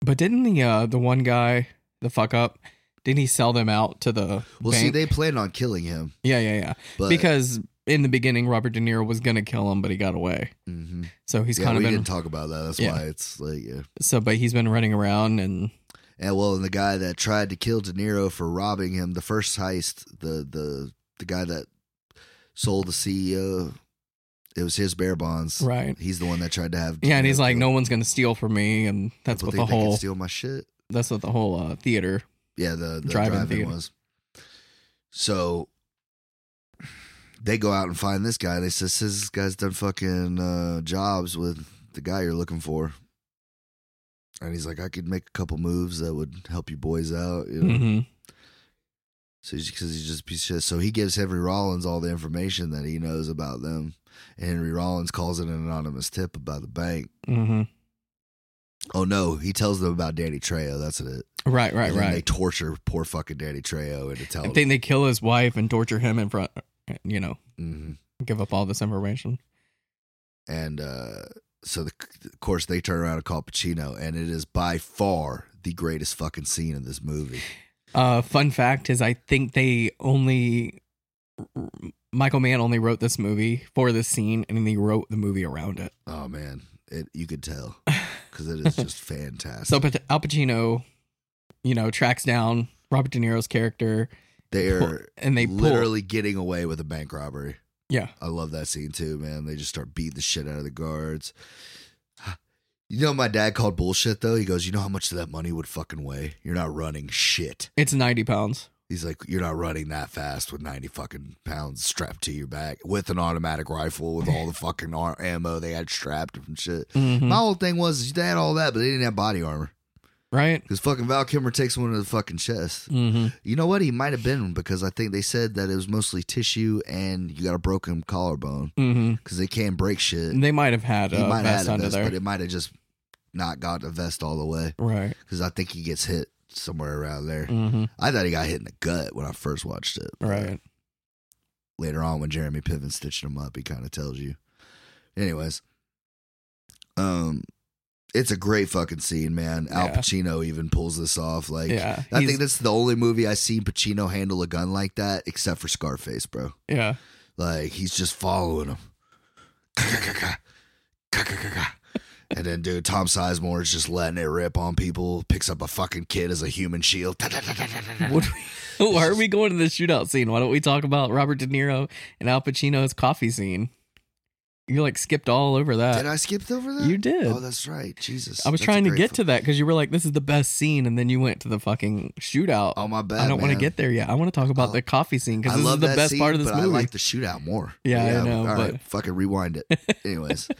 Speaker 2: But didn't the uh the one guy the fuck up? Didn't he sell them out to the
Speaker 3: Well, see,
Speaker 2: bank?
Speaker 3: they planned on killing him,
Speaker 2: yeah, yeah, yeah.
Speaker 3: but
Speaker 2: because in the beginning, Robert De Niro was gonna kill him, but he got away.
Speaker 3: Mhm.
Speaker 2: So he's
Speaker 3: yeah,
Speaker 2: kind
Speaker 3: we
Speaker 2: of been
Speaker 3: didn't talk about that. That's
Speaker 2: Yeah.
Speaker 3: why it's like, yeah.
Speaker 2: so, but he's been running around and
Speaker 3: and well, and the guy that tried to kill De Niro for robbing him the first heist, the the the guy that sold the CEO, it was his bear bonds.
Speaker 2: right.
Speaker 3: He's the one that tried to have.
Speaker 2: Yeah, and
Speaker 3: Deniro
Speaker 2: he's like,
Speaker 3: killed.
Speaker 2: no one's gonna steal from me, and that's
Speaker 3: People
Speaker 2: what the
Speaker 3: think they
Speaker 2: whole
Speaker 3: can steal my shit.
Speaker 2: that's what the whole uh, theater.
Speaker 3: Yeah, the, the
Speaker 2: Drive-in
Speaker 3: driving,
Speaker 2: theater.
Speaker 3: was. So they go out and find this guy. They says says this guy's done fucking uh, jobs with the guy you're looking for, and he's like, I could make a couple moves that would help you boys out. You know,
Speaker 2: hmm
Speaker 3: so because he's just a piece of shit. So he gives Henry Rollins all the information that he knows about them, and Henry Rollins calls in an anonymous tip about the bank.
Speaker 2: hmm
Speaker 3: Oh no, he tells them about Danny Trejo. That's it.
Speaker 2: Right, right,
Speaker 3: and then They
Speaker 2: right.
Speaker 3: torture poor fucking Danny Trejo into
Speaker 2: I
Speaker 3: telling.
Speaker 2: think they kill his wife and torture him in front. You know,
Speaker 3: hmm
Speaker 2: give up all this information.
Speaker 3: And uh, so, the, of course, they turn around and call Pacino, and it is by far the greatest fucking scene in this movie.
Speaker 2: Uh, fun fact is, I think they only Michael Mann only wrote this movie for this scene, and then he wrote the movie around it.
Speaker 3: Oh man, it you could tell because it is just fantastic.
Speaker 2: So Pat- Al Pacino, you know, tracks down Robert De Niro's character,
Speaker 3: they
Speaker 2: pull-
Speaker 3: are
Speaker 2: and they literally,
Speaker 3: literally getting away with a bank robbery.
Speaker 2: yeah,
Speaker 3: I love that scene too, man. They just start beating the shit out of the guards. You know, what my dad called bullshit though. He goes, "You know how much that money would fucking weigh? You're not running shit."
Speaker 2: it's ninety pounds.
Speaker 3: He's like, "You're not running that fast with ninety fucking pounds strapped to your back with an automatic rifle with all the fucking ar- ammo they had strapped and shit."
Speaker 2: Mhm.
Speaker 3: My whole thing was is they had all that, but they didn't have body armor
Speaker 2: Right?
Speaker 3: because fucking Val Kilmer takes one to the fucking chest.
Speaker 2: Mm-hmm.
Speaker 3: You know what? He might have been because I think they said that it was mostly tissue and you got a broken collarbone
Speaker 2: Mm-hmm.
Speaker 3: because they can't break shit.
Speaker 2: They might have had
Speaker 3: He
Speaker 2: a
Speaker 3: might have
Speaker 2: uh, vest
Speaker 3: had a
Speaker 2: under
Speaker 3: vest,
Speaker 2: there,
Speaker 3: but it might have just not got the vest all the way
Speaker 2: right?
Speaker 3: because I think he gets hit somewhere around there.
Speaker 2: Mm-hmm.
Speaker 3: I thought he got hit in the gut when I first watched it. but
Speaker 2: Right.
Speaker 3: Later on, when Jeremy Piven stitching him up, he kind of tells you. Anyways, um, it's a great fucking scene, man. Al
Speaker 2: Yeah.
Speaker 3: Pacino even pulls this off. Like,
Speaker 2: yeah.
Speaker 3: I
Speaker 2: He's-
Speaker 3: think that's the only movie I've seen Pacino handle a gun like that, except for Scarface, bro.
Speaker 2: yeah.
Speaker 3: Like he's just following him. Ka-ka-ka-ka. Ka-ka-ka-ka. And then, dude, Tom Sizemore is just letting it rip on people. Picks up a fucking kid as a human shield.
Speaker 2: What Why are we going to the shootout scene? Why don't we talk about Robert De Niro and Al Pacino's coffee scene? You like skipped all over
Speaker 3: Did
Speaker 2: that.
Speaker 3: I skip over that?
Speaker 2: Uh, You did.
Speaker 3: Oh, that's right. Jesus.
Speaker 2: I was
Speaker 3: That's a
Speaker 2: trying to
Speaker 3: great
Speaker 2: get
Speaker 3: fu-
Speaker 2: to that because you were like, "This is the best scene," and then you went to the fucking shootout.
Speaker 3: Oh my bad.
Speaker 2: I don't want to
Speaker 3: man.
Speaker 2: get there yet. I want to talk about
Speaker 3: Oh,
Speaker 2: the coffee scene because
Speaker 3: I
Speaker 2: this
Speaker 3: love
Speaker 2: is the
Speaker 3: that
Speaker 2: best
Speaker 3: scene,
Speaker 2: part of this
Speaker 3: but
Speaker 2: movie.
Speaker 3: I like the shootout more.
Speaker 2: Yeah, I know,
Speaker 3: all
Speaker 2: but-
Speaker 3: right, fucking rewind it. Anyways,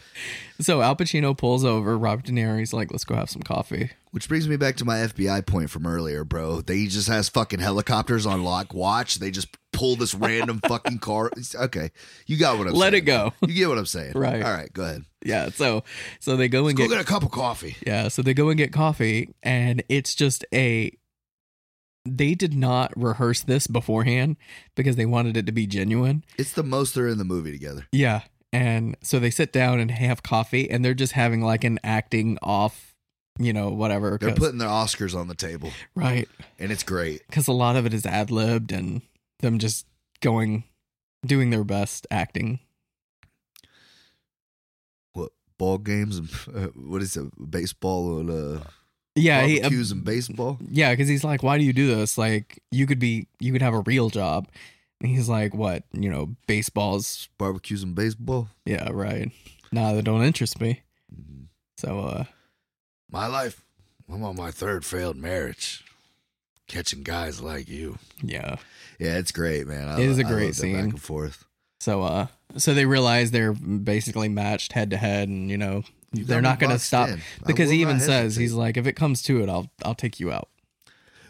Speaker 2: So Al Pacino pulls over Robert De Niro. He's like, "Let's go have some coffee."
Speaker 3: which brings me back to my FBI point from earlier, bro. They just has fucking helicopters on lock watch. They just pull this random fucking car. It's- Okay, you got what I'm
Speaker 2: Let
Speaker 3: saying.
Speaker 2: it go.
Speaker 3: You get what I'm saying,
Speaker 2: Right.
Speaker 3: All right, go ahead.
Speaker 2: Yeah. So so they go and
Speaker 3: Go
Speaker 2: get
Speaker 3: get a cup of coffee.
Speaker 2: Yeah, so they go and get coffee, and it's just a. They did not rehearse this beforehand because they wanted it to be genuine.
Speaker 3: It's the most they're in the movie together.
Speaker 2: Yeah. And so they sit down and have coffee, and they're just having like an acting off, you know, whatever.
Speaker 3: They're
Speaker 2: 'cause-
Speaker 3: putting their Oscars on the table,
Speaker 2: right.
Speaker 3: and it's great.
Speaker 2: Because a lot of it is ad libbed and them just going, doing their best acting.
Speaker 3: What ball games? And, uh, what is it? Baseball and uh,
Speaker 2: Yeah. He, uh, um,
Speaker 3: barbecues and baseball.
Speaker 2: Yeah, because he's like, why do you do this? Like, you could be, you could have a real job. And he's like, what? You know, baseball's
Speaker 3: Barbecues and baseball.
Speaker 2: Yeah, right. Nah, that don't interest me.
Speaker 3: Mhm.
Speaker 2: So, uh,
Speaker 3: My life. I'm on my third failed marriage. Catching guys like you.
Speaker 2: yeah.
Speaker 3: Yeah, it's great, man. I,
Speaker 2: It is a
Speaker 3: I
Speaker 2: great
Speaker 3: love that
Speaker 2: scene.
Speaker 3: Back and forth.
Speaker 2: So, uh, so they realize they're basically matched head to head, and you know
Speaker 3: You got
Speaker 2: they're
Speaker 3: me
Speaker 2: not going to
Speaker 3: boxed
Speaker 2: stop
Speaker 3: in. I
Speaker 2: because
Speaker 3: will
Speaker 2: he
Speaker 3: not
Speaker 2: even says
Speaker 3: hesitate.
Speaker 2: he's like, if it comes to it, I'll I'll take you out.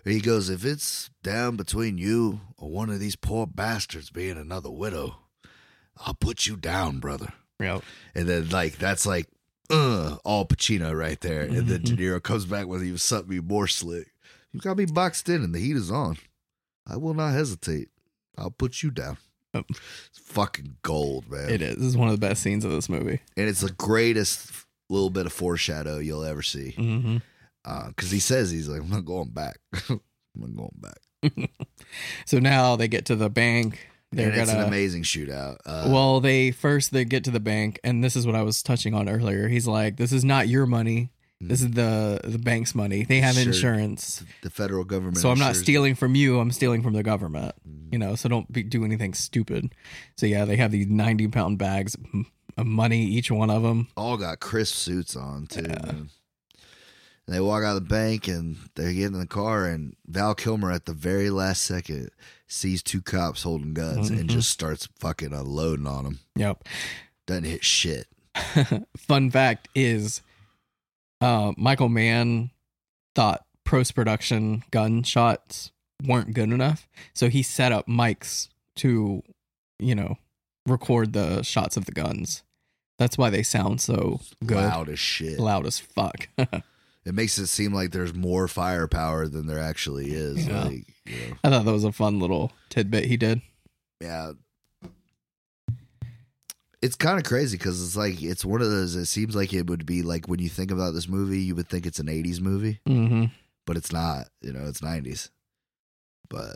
Speaker 3: He goes, if it's down between you or one of these poor bastards being another widow, I'll put you down, brother.
Speaker 2: Yep.
Speaker 3: And then like that's like, uh, all Pacino right there. And then
Speaker 2: Mm-hmm.
Speaker 3: De Niro comes back with even something even more slick. You got me boxed in, and the heat is on. I will not hesitate. I'll put you down.
Speaker 2: Oh.
Speaker 3: It's fucking gold, man.
Speaker 2: It is. This is one of the best scenes of this movie.
Speaker 3: and it's the greatest little bit of foreshadow you'll ever see.
Speaker 2: Mm-hmm.
Speaker 3: because he says he's like, I'm not going back. I'm not going back.
Speaker 2: So now they get to the bank. They're
Speaker 3: and it's an
Speaker 2: gonna.
Speaker 3: amazing shootout. Uh,
Speaker 2: well, they first they get to the bank, and this is what I was touching on earlier. He's like, "This is not your money. This is the the bank's money. They have
Speaker 3: Hmm. Sure.
Speaker 2: insurance.
Speaker 3: the federal government.
Speaker 2: So I'm not
Speaker 3: insures-
Speaker 2: stealing from you. I'm stealing from the government. You know, so don't be, do anything stupid. So yeah, they have these 90 pound bags of money, each one of them.
Speaker 3: All got crisp suits on too. man. And they walk out of the bank and they get in the car and Val Kilmer at the very last second sees two cops holding guns
Speaker 2: Mm-hmm.
Speaker 3: and just starts fucking unloading on them.
Speaker 2: Yep.
Speaker 3: Doesn't hit shit.
Speaker 2: Fun fact is, uh, Michael Mann thought post production gunshots weren't good enough, so he set up mics to, you know, record the shots of the guns. That's why they sound so good,
Speaker 3: Loud as shit.
Speaker 2: loud as fuck.
Speaker 3: It makes it seem like there's more firepower than there actually is.
Speaker 2: Yeah.
Speaker 3: Like, you know.
Speaker 2: I thought that was a fun little tidbit he did.
Speaker 3: yeah it's kind of crazy because it's like it's one of those it seems like it would be like when you think about this movie you would think it's an 80s movie
Speaker 2: Mm-hmm.
Speaker 3: but it's not. You know, it's nineties. But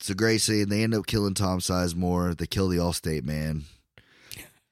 Speaker 3: it's a great scene. They end up killing Tom Sizemore. They kill the Allstate man.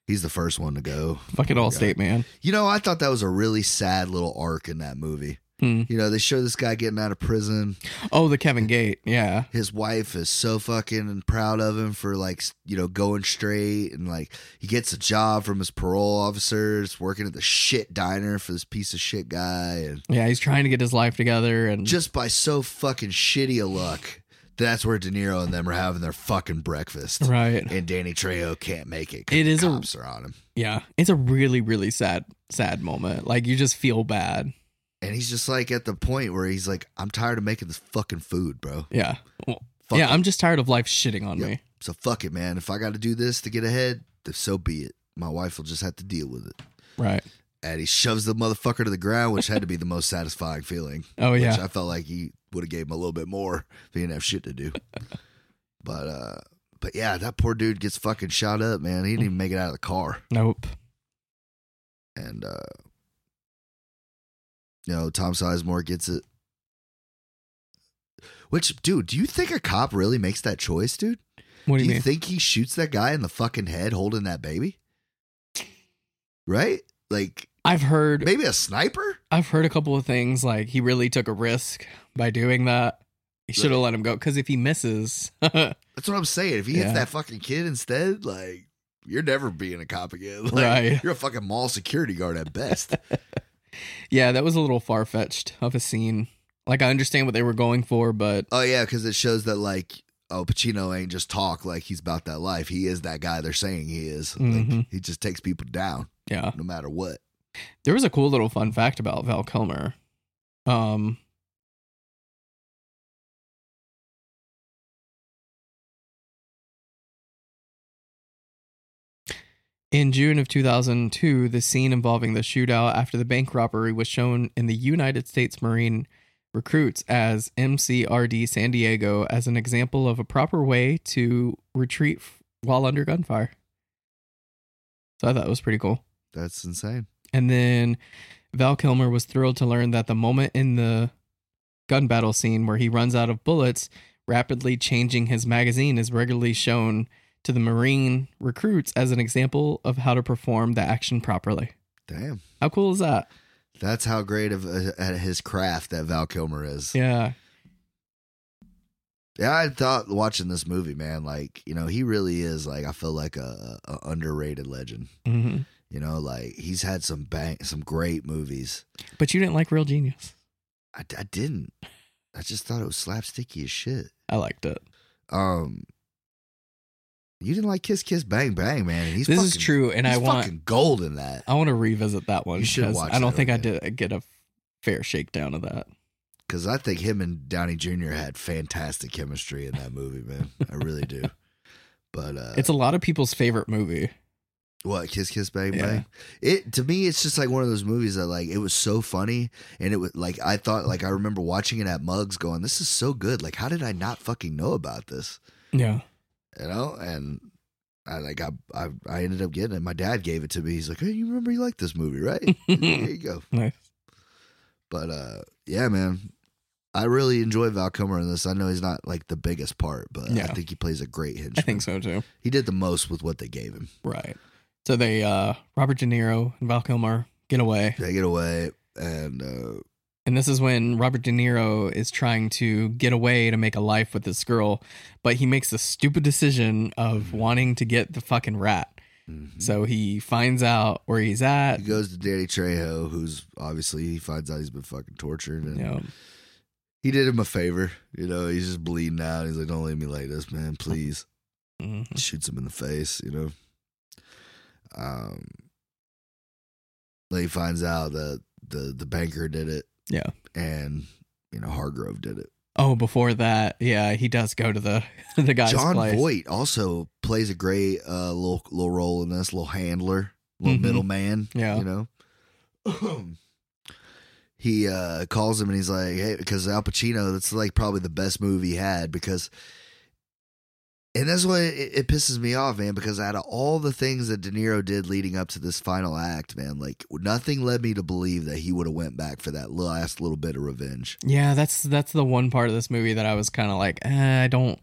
Speaker 3: He's the first one to go.
Speaker 2: Fucking
Speaker 3: Oh my
Speaker 2: Allstate, man.
Speaker 3: You know, I thought that was a really sad little arc in that movie.
Speaker 2: Hmm.
Speaker 3: You know, they show this guy getting out of prison.
Speaker 2: Oh, the Kevin Gate. Yeah.
Speaker 3: His wife is so fucking proud of him for like, s- you know, going straight and like he gets a job from his parole officer. It's working at the shit diner for this piece of shit guy and
Speaker 2: Yeah, he's trying to get his life together and
Speaker 3: just by so fucking shitty a luck, that's where De Niro and them are having their fucking breakfast.
Speaker 2: right.
Speaker 3: And Danny Trejo can't make it. 'cause
Speaker 2: It
Speaker 3: the
Speaker 2: is a-
Speaker 3: cops are on him.
Speaker 2: Yeah. It's a really, really sad, sad moment. Like you just feel bad.
Speaker 3: And he's just like at the point where he's like, I'm tired of making this fucking food, bro.
Speaker 2: Yeah. Well,
Speaker 3: Fuck
Speaker 2: yeah,
Speaker 3: it.
Speaker 2: I'm just tired of life shitting on
Speaker 3: Yep.
Speaker 2: me.
Speaker 3: So fuck it, man. If I got to do this to get ahead, then so be it. My wife will just have to deal with it.
Speaker 2: Right.
Speaker 3: And he shoves the motherfucker to the ground, which had to be the most satisfying feeling.
Speaker 2: Oh
Speaker 3: which
Speaker 2: yeah.
Speaker 3: I felt like he would have gave him a little bit more if he didn't have shit to do. but uh but yeah, that poor dude gets fucking shot up, man. He didn't even make it out of the car.
Speaker 2: nope.
Speaker 3: And uh you know, Tom Sizemore gets it. Which, dude, do you think a cop really makes that choice, dude?
Speaker 2: What do
Speaker 3: do
Speaker 2: you
Speaker 3: you
Speaker 2: mean?
Speaker 3: think he shoots that guy in the fucking head holding that baby? Right? Like
Speaker 2: I've heard
Speaker 3: maybe a sniper?
Speaker 2: I've heard a couple of things like he really took a risk by doing that. He should have let him go because if he misses, right?
Speaker 3: That's what I'm saying. If he hits
Speaker 2: Yeah.
Speaker 3: that fucking kid instead, like you're never being a cop again. Like,
Speaker 2: Right.
Speaker 3: You're a fucking mall security guard at best.
Speaker 2: Yeah, that was a little far fetched of a scene. Like I understand what they were going for, but
Speaker 3: oh yeah, because it shows that like oh Pacino ain't just talk like he's about that life. He is that guy they're saying he is. Like,
Speaker 2: Mhm.
Speaker 3: he just takes people down
Speaker 2: yeah,
Speaker 3: no matter what.
Speaker 2: there was a cool little fun fact about Val Kilmer. Um, in June of 2002, the scene involving the shootout after the bank robbery was shown in the United States Marine recruits as MCRD San Diego as an example of a proper way to retreat f- while under gunfire. So I thought it was pretty cool.
Speaker 3: That's insane.
Speaker 2: And then Val Kilmer was thrilled to learn that the moment in the gun battle scene where he runs out of bullets, rapidly changing his magazine is regularly shown to the Marine recruits as an example of how to perform the action properly.
Speaker 3: Damn.
Speaker 2: How cool is that?
Speaker 3: That's how great of a, at his craft that Val Kilmer is.
Speaker 2: Yeah.
Speaker 3: Yeah, I thought watching this movie, man, like, you know, he really is like I feel like a, a underrated legend.
Speaker 2: hmm
Speaker 3: You know, like he's had some bang some great movies.
Speaker 2: But you didn't like Real Genius.
Speaker 3: I, I didn't. I just thought it was slapsticky as shit.
Speaker 2: I liked it.
Speaker 3: Um You didn't like Kiss Kiss Bang Bang, man. And he's
Speaker 2: this is
Speaker 3: fucking-
Speaker 2: true, and I
Speaker 3: he's
Speaker 2: want
Speaker 3: fucking gold in that.
Speaker 2: I want to revisit that one
Speaker 3: You should
Speaker 2: because
Speaker 3: watch
Speaker 2: I don't
Speaker 3: that Uh,
Speaker 2: think I
Speaker 3: again.
Speaker 2: did get a fair shakedown of that.
Speaker 3: Cause I think him and Downey Jr. had fantastic chemistry in that movie, man. I really do. But uh
Speaker 2: it's a lot of people's favorite movie.
Speaker 3: What Kiss Kiss Bang
Speaker 2: Yeah.
Speaker 3: Bang? It to me, it's just like one of those movies that like it was so funny, and it was like I thought like I remember watching it at Mugs, going, "This is so good! Like, how did I not fucking know about this?"
Speaker 2: Yeah.
Speaker 3: You know, and I like I I, I ended up getting it. My dad gave it to me. He's like, "Hey, you remember you liked this movie, right?" there you go.
Speaker 2: Nice.
Speaker 3: But uh, yeah, man, I really enjoy Val Kilmer in this. I know he's not like the biggest part, but I
Speaker 2: Yeah.
Speaker 3: think he plays a great henchman.
Speaker 2: I think so too.
Speaker 3: He did the most with what they gave him.
Speaker 2: Right. So they uh Robert De Niro and Val Kilmer get away.
Speaker 3: Take it away, and uh,
Speaker 2: And this is when Robert De Niro is trying to get away to make a life with this girl, but he makes the stupid decision of wanting to get the fucking rat.
Speaker 3: mhm.
Speaker 2: So he finds out where he's at.
Speaker 3: He goes to Danny Trejo, who's obviously he finds out he's been fucking tortured,
Speaker 2: You
Speaker 3: and
Speaker 2: know,
Speaker 3: he did him a favor. You know, he's just bleeding out. He's like, "Don't leave me like this, man. Please."
Speaker 2: mhm.
Speaker 3: Shoots him in the face. You know. Um. Then he finds out that the the banker did it.
Speaker 2: Yeah.
Speaker 3: And you know Hargrove did it.
Speaker 2: Oh, before that, yeah, he does go to the the guy's
Speaker 3: John
Speaker 2: place.
Speaker 3: Voight also plays a great uh, little little role in this little handler, little
Speaker 2: Mhm.
Speaker 3: middleman.
Speaker 2: Yeah.
Speaker 3: you know. he uh, calls him and he's like, "Hey," because Al Pacino. That's like probably the best movie he had because And that's why it, it pisses me off, man, because out of all the things that De Niro did leading up to this final act, man, like nothing led me to believe that he would have went back for that last little bit of revenge.
Speaker 2: Yeah, that's that's the one part of this movie that I was kind of like, eh, I don't,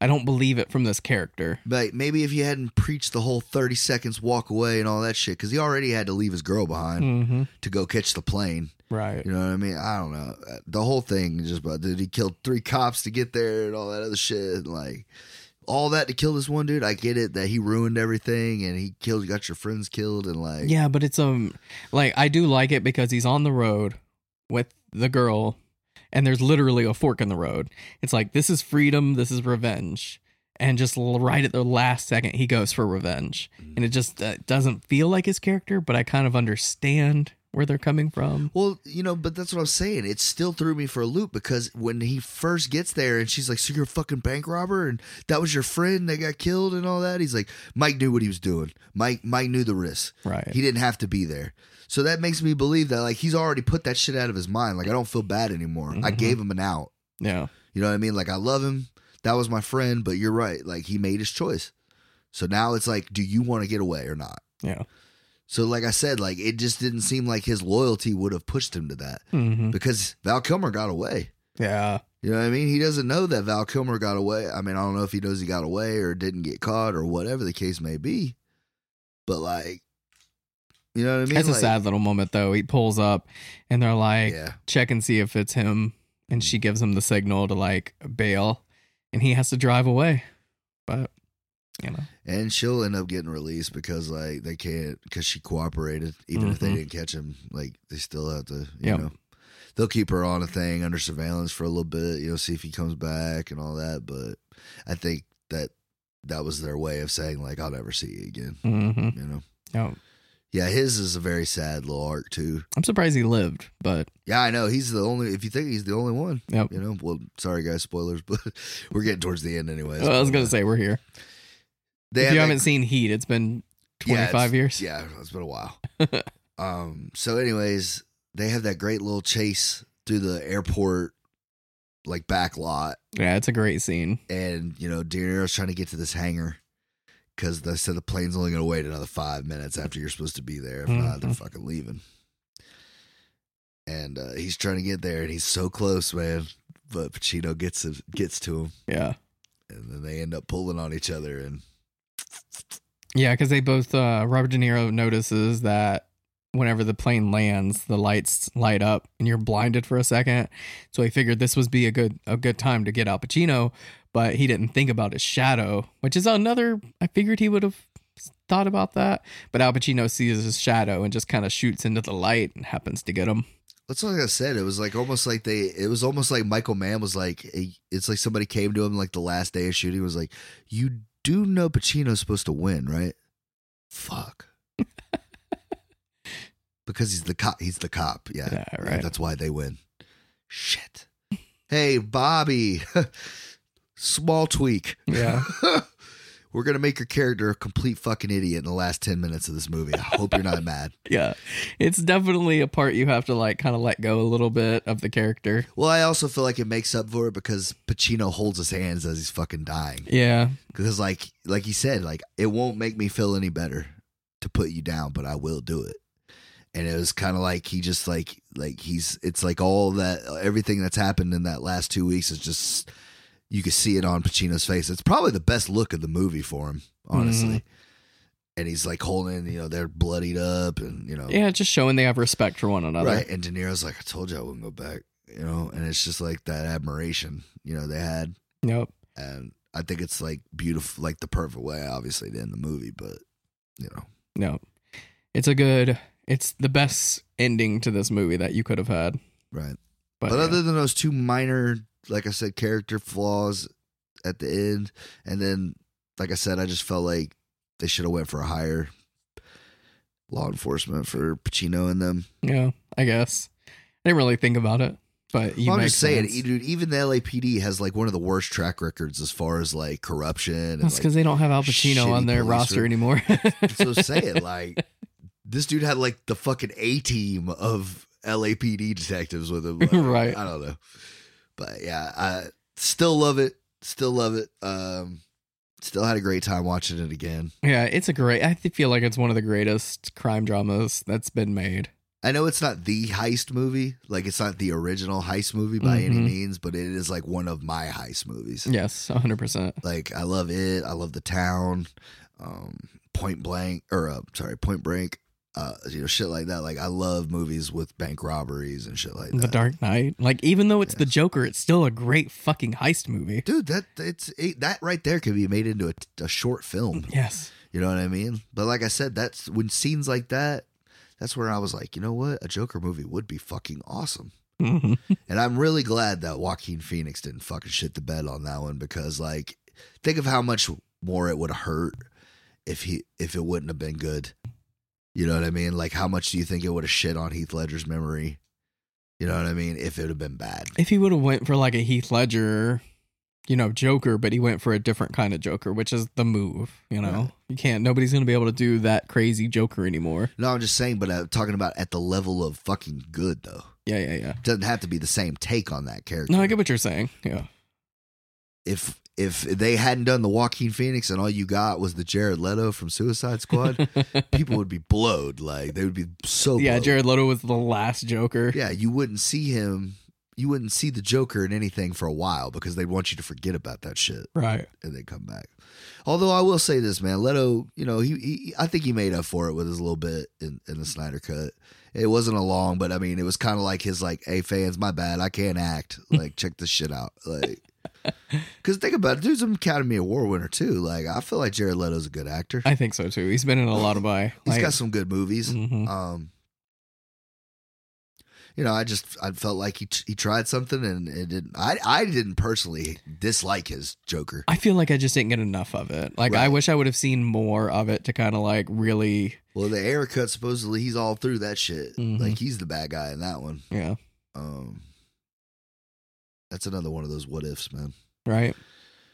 Speaker 2: I don't believe it from this character.
Speaker 3: But maybe if you hadn't preached the whole 30 seconds walk away and all that shit, because he already had to leave his girl behind
Speaker 2: Mm-hmm.
Speaker 3: to go catch the plane.
Speaker 2: Right.
Speaker 3: You know what I mean? I don't know. The whole thing just about dude, he killed three cops to get there and all that other shit. And like all that to kill this one dude. I get it that he ruined everything and he killed got your friends killed and like
Speaker 2: Yeah, but it's um, like I do like it because he's on the road with the girl, and there's literally a fork in the road. It's like this is freedom, this is revenge, and just l- right at the last second, he goes for revenge,
Speaker 3: Mm.
Speaker 2: and it just uh, doesn't feel like his character. But I kind of understand where they're coming from.
Speaker 3: Well, you know, but that's what I'm saying. It still threw me for a loop because when he first gets there and she's like, So you're a fucking bank robber and that was your friend that got killed and all that, he's like, Mike knew what he was doing. Mike Mike knew the risk.
Speaker 2: Right.
Speaker 3: He didn't have to be there. So that makes me believe that like he's already put that shit out of his mind. Like I don't feel bad anymore. I
Speaker 2: Mhm.
Speaker 3: gave him an out.
Speaker 2: yeah.
Speaker 3: You know what I mean? Like I love him. That was my friend, but you're right. Like he made his choice. So now it's like, do you want to get away or not?
Speaker 2: Yeah.
Speaker 3: So like I said, like it just didn't seem like his loyalty would have pushed him to that
Speaker 2: hmm
Speaker 3: because Val Kilmer got away.
Speaker 2: Yeah.
Speaker 3: You know what I mean? He doesn't know that Val Kilmer got away. I mean, I don't know if he knows he got away or didn't get caught or whatever the case may be. But like, you know what I mean?
Speaker 2: That's
Speaker 3: Like,
Speaker 2: a sad little moment though. He pulls up, and they're like,
Speaker 3: Yeah. Mm.
Speaker 2: check and see if it's him. And she gives him the signal to like bail, and he has to drive away. But you know,
Speaker 3: And she'll end up getting released because like they can't because she cooperated. Even if they
Speaker 2: Mhm.
Speaker 3: didn't catch him, like they still have to, you
Speaker 2: Yep.
Speaker 3: know. They'll keep her on a thing under surveillance for a little bit, you know, see if he comes back and all that. But I think that that was their way of saying like I'll never see you again.
Speaker 2: mm-hmm.
Speaker 3: You know.
Speaker 2: no,
Speaker 3: Yeah, his is a very sad little arc too.
Speaker 2: I'm surprised he lived. But
Speaker 3: Yeah, I know he's the only. If you think he's the only one,
Speaker 2: Yep.
Speaker 3: You know, well, sorry guys, spoilers, but we're getting towards the end anyways.
Speaker 2: well, I was gonna say we're here.
Speaker 3: They
Speaker 2: if
Speaker 3: have
Speaker 2: you
Speaker 3: that-
Speaker 2: haven't seen Heat, it's been
Speaker 3: Yeah,
Speaker 2: 25
Speaker 3: it's-
Speaker 2: years.
Speaker 3: Yeah, it's been a while. um. So, anyways, they have that great little chase through the airport, like back lot,
Speaker 2: Yeah, it's a great scene.
Speaker 3: and you know, De Niro's trying to get to this hangar because they said the plane's only going to wait another five minutes after you're supposed to be there. If not, they're
Speaker 2: Mhm.
Speaker 3: fucking leaving. And uh, he's trying to get there, and he's so close, man. But Pacino gets him, gets to him,
Speaker 2: Yeah,
Speaker 3: and then they end up pulling on each other. And
Speaker 2: yeah, because they both uh, Robert De Niro notices that whenever the plane lands, the lights light up and you're blinded for a second. So he figured this would be a good a good time to get Al Pacino, but he didn't think about his shadow, which is another. I figured he would have thought about that, but Al Pacino sees his shadow and just kind of shoots into the light and happens to get him.
Speaker 3: that's like I said. It was like almost like they. It was almost like Michael Mann was like. he- It's like somebody came to him like the last day of shooting was like, "You do know Pacino's supposed to win, right? Fuck." because he's the cop. He's the cop. Yeah.
Speaker 2: Yeah,
Speaker 3: Yeah,
Speaker 2: right.
Speaker 3: That's why they win. Shit. Hey, Bobby. Small tweak.
Speaker 2: Yeah.
Speaker 3: We're gonna make your character a complete fucking idiot in the last ten minutes of this movie. I hope you're not mad.
Speaker 2: Yeah, it's definitely a part you have to like kind of let go a little bit of the character.
Speaker 3: Well, I also feel like it makes up for it because Pacino holds his hands as he's fucking dying.
Speaker 2: Yeah,
Speaker 3: Because like like he said, like it won't make me feel any better to put you down, but I will do it. And it was kind of like he just like like he's it's like all that everything that's happened in that last two weeks is just you can see it on Pacino's face. It's probably the best look of the movie for him, honestly. And he's like holding, you know, they're bloodied up, and you know,
Speaker 2: yeah, just showing they have respect for one another.
Speaker 3: Right. And De Niro's like, I told you I wouldn't go back, you know, and it's just like that admiration, you know, they had.
Speaker 2: Yep.
Speaker 3: And I think it's like beautiful, like the perfect way, obviously, to end the movie, but, you know,
Speaker 2: No. It's a good it's the best ending to this movie that you could have had.
Speaker 3: right.
Speaker 2: But,
Speaker 3: But, other than those two minor, like I said, character flaws at the end, and then, like I said, I just felt like they should have went for a higher law enforcement for Pacino and them.
Speaker 2: yeah, yeah, I guess. I didn't really think about it. But you
Speaker 3: Well, I'm
Speaker 2: make
Speaker 3: just saying, e-,
Speaker 2: sense.
Speaker 3: dude, even the LAPD has like one of the worst track records as far as like corruption. And,
Speaker 2: That's
Speaker 3: like,
Speaker 2: because they don't have Al Pacino on
Speaker 3: shitty
Speaker 2: their
Speaker 3: police
Speaker 2: roster
Speaker 3: work.
Speaker 2: anymore.
Speaker 3: so saying like this dude had like the fucking A team of LAPD detectives with him. Like,
Speaker 2: Right.
Speaker 3: I don't know. But yeah, I still love it. Still love it. Um Still had a great time watching it again.
Speaker 2: Yeah, it's a great. I th- feel like it's one of the greatest crime dramas that's been made.
Speaker 3: I know it's not the heist movie, like it's not the original heist movie by any
Speaker 2: Mhm.
Speaker 3: means, but it is like one of my heist movies.
Speaker 2: Yes, 100%.
Speaker 3: Like I love it. I love the town. Um, Point Blank, or uh, sorry, Point Break. Uh, you know, shit like that. Like I love movies with bank robberies and shit like
Speaker 2: The
Speaker 3: that.
Speaker 2: Dark Knight. Like, even though it's
Speaker 3: Yeah.
Speaker 2: the Joker, it's still a great fucking heist movie.
Speaker 3: Dude, that it's it, that right there could be made into a, a short film.
Speaker 2: Yes.
Speaker 3: You know what I mean? But like I said, that's when scenes like that. That's where I was like, you know what? A Joker movie would be fucking awesome.
Speaker 2: Mhm.
Speaker 3: And I'm really glad that Joaquin Phoenix didn't fucking shit the bed on that one because like think of how much more it would hurt if he if it wouldn't have been good. You know what I mean? Like how much do you think it would have shit on Heath Ledger's memory? You know what I mean? If it would have been bad.
Speaker 2: If he would have went for like a Heath Ledger, you know, Joker, but he went for a different kind of Joker, which is the move, you know.
Speaker 3: Right.
Speaker 2: You can't nobody's going to be able to do that crazy Joker anymore.
Speaker 3: No, I'm just saying, but I'm talking about at the level of fucking good though.
Speaker 2: Yeah, yeah, yeah.
Speaker 3: Doesn't have to be the same take on that character.
Speaker 2: No, I get what you're saying. Yeah.
Speaker 3: if if they hadn't done the Joaquin Phoenix and all you got was the Jared Leto from Suicide Squad, people would be blowed. Like they would be so
Speaker 2: yeah,
Speaker 3: blowed.
Speaker 2: Jared Leto was the last Joker.
Speaker 3: Yeah, you wouldn't see him. You wouldn't see the Joker in anything for a while because they want you to forget about that shit
Speaker 2: Right.
Speaker 3: and then come back. Although I will say this, man, Leto, you know, he, he I think he made up for it with his little bit in, in the Snyder cut. It wasn't a long, but I mean, it was kind of like his like, "Hey fans, my bad, I can't act. Like, check this shit out." Like, because think about it, dude's an Academy Award winner too. Like, I feel like Jared Leto's a good actor.
Speaker 2: I think so too. He's been in a lot of by.
Speaker 3: He's got some good movies.
Speaker 2: mhm.
Speaker 3: Um, you know, I just I felt like he he tried something and it didn't. I I didn't personally dislike his Joker.
Speaker 2: I feel like I just didn't get enough of it. Like I
Speaker 3: Right.
Speaker 2: wish I would have seen more of it to kind of like really,
Speaker 3: Well, the air cut supposedly he's all through that shit.
Speaker 2: Mhm.
Speaker 3: Like he's the bad guy in that one.
Speaker 2: yeah,
Speaker 3: Um, that's another one of those what ifs, man.
Speaker 2: right.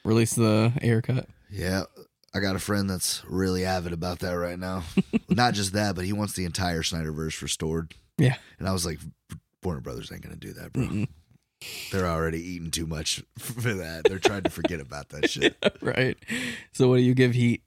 Speaker 2: Release the air cut.
Speaker 3: Yeah, I got a friend that's really avid about that right now. Not just that, but he wants the entire Snyderverse restored.
Speaker 2: Yeah.
Speaker 3: and I was like, Warner Brothers ain't gonna do that, bro.
Speaker 2: Mm-mm.
Speaker 3: They're already eating too much for that. They're trying to forget about that shit.
Speaker 2: right. So what do you give Heat?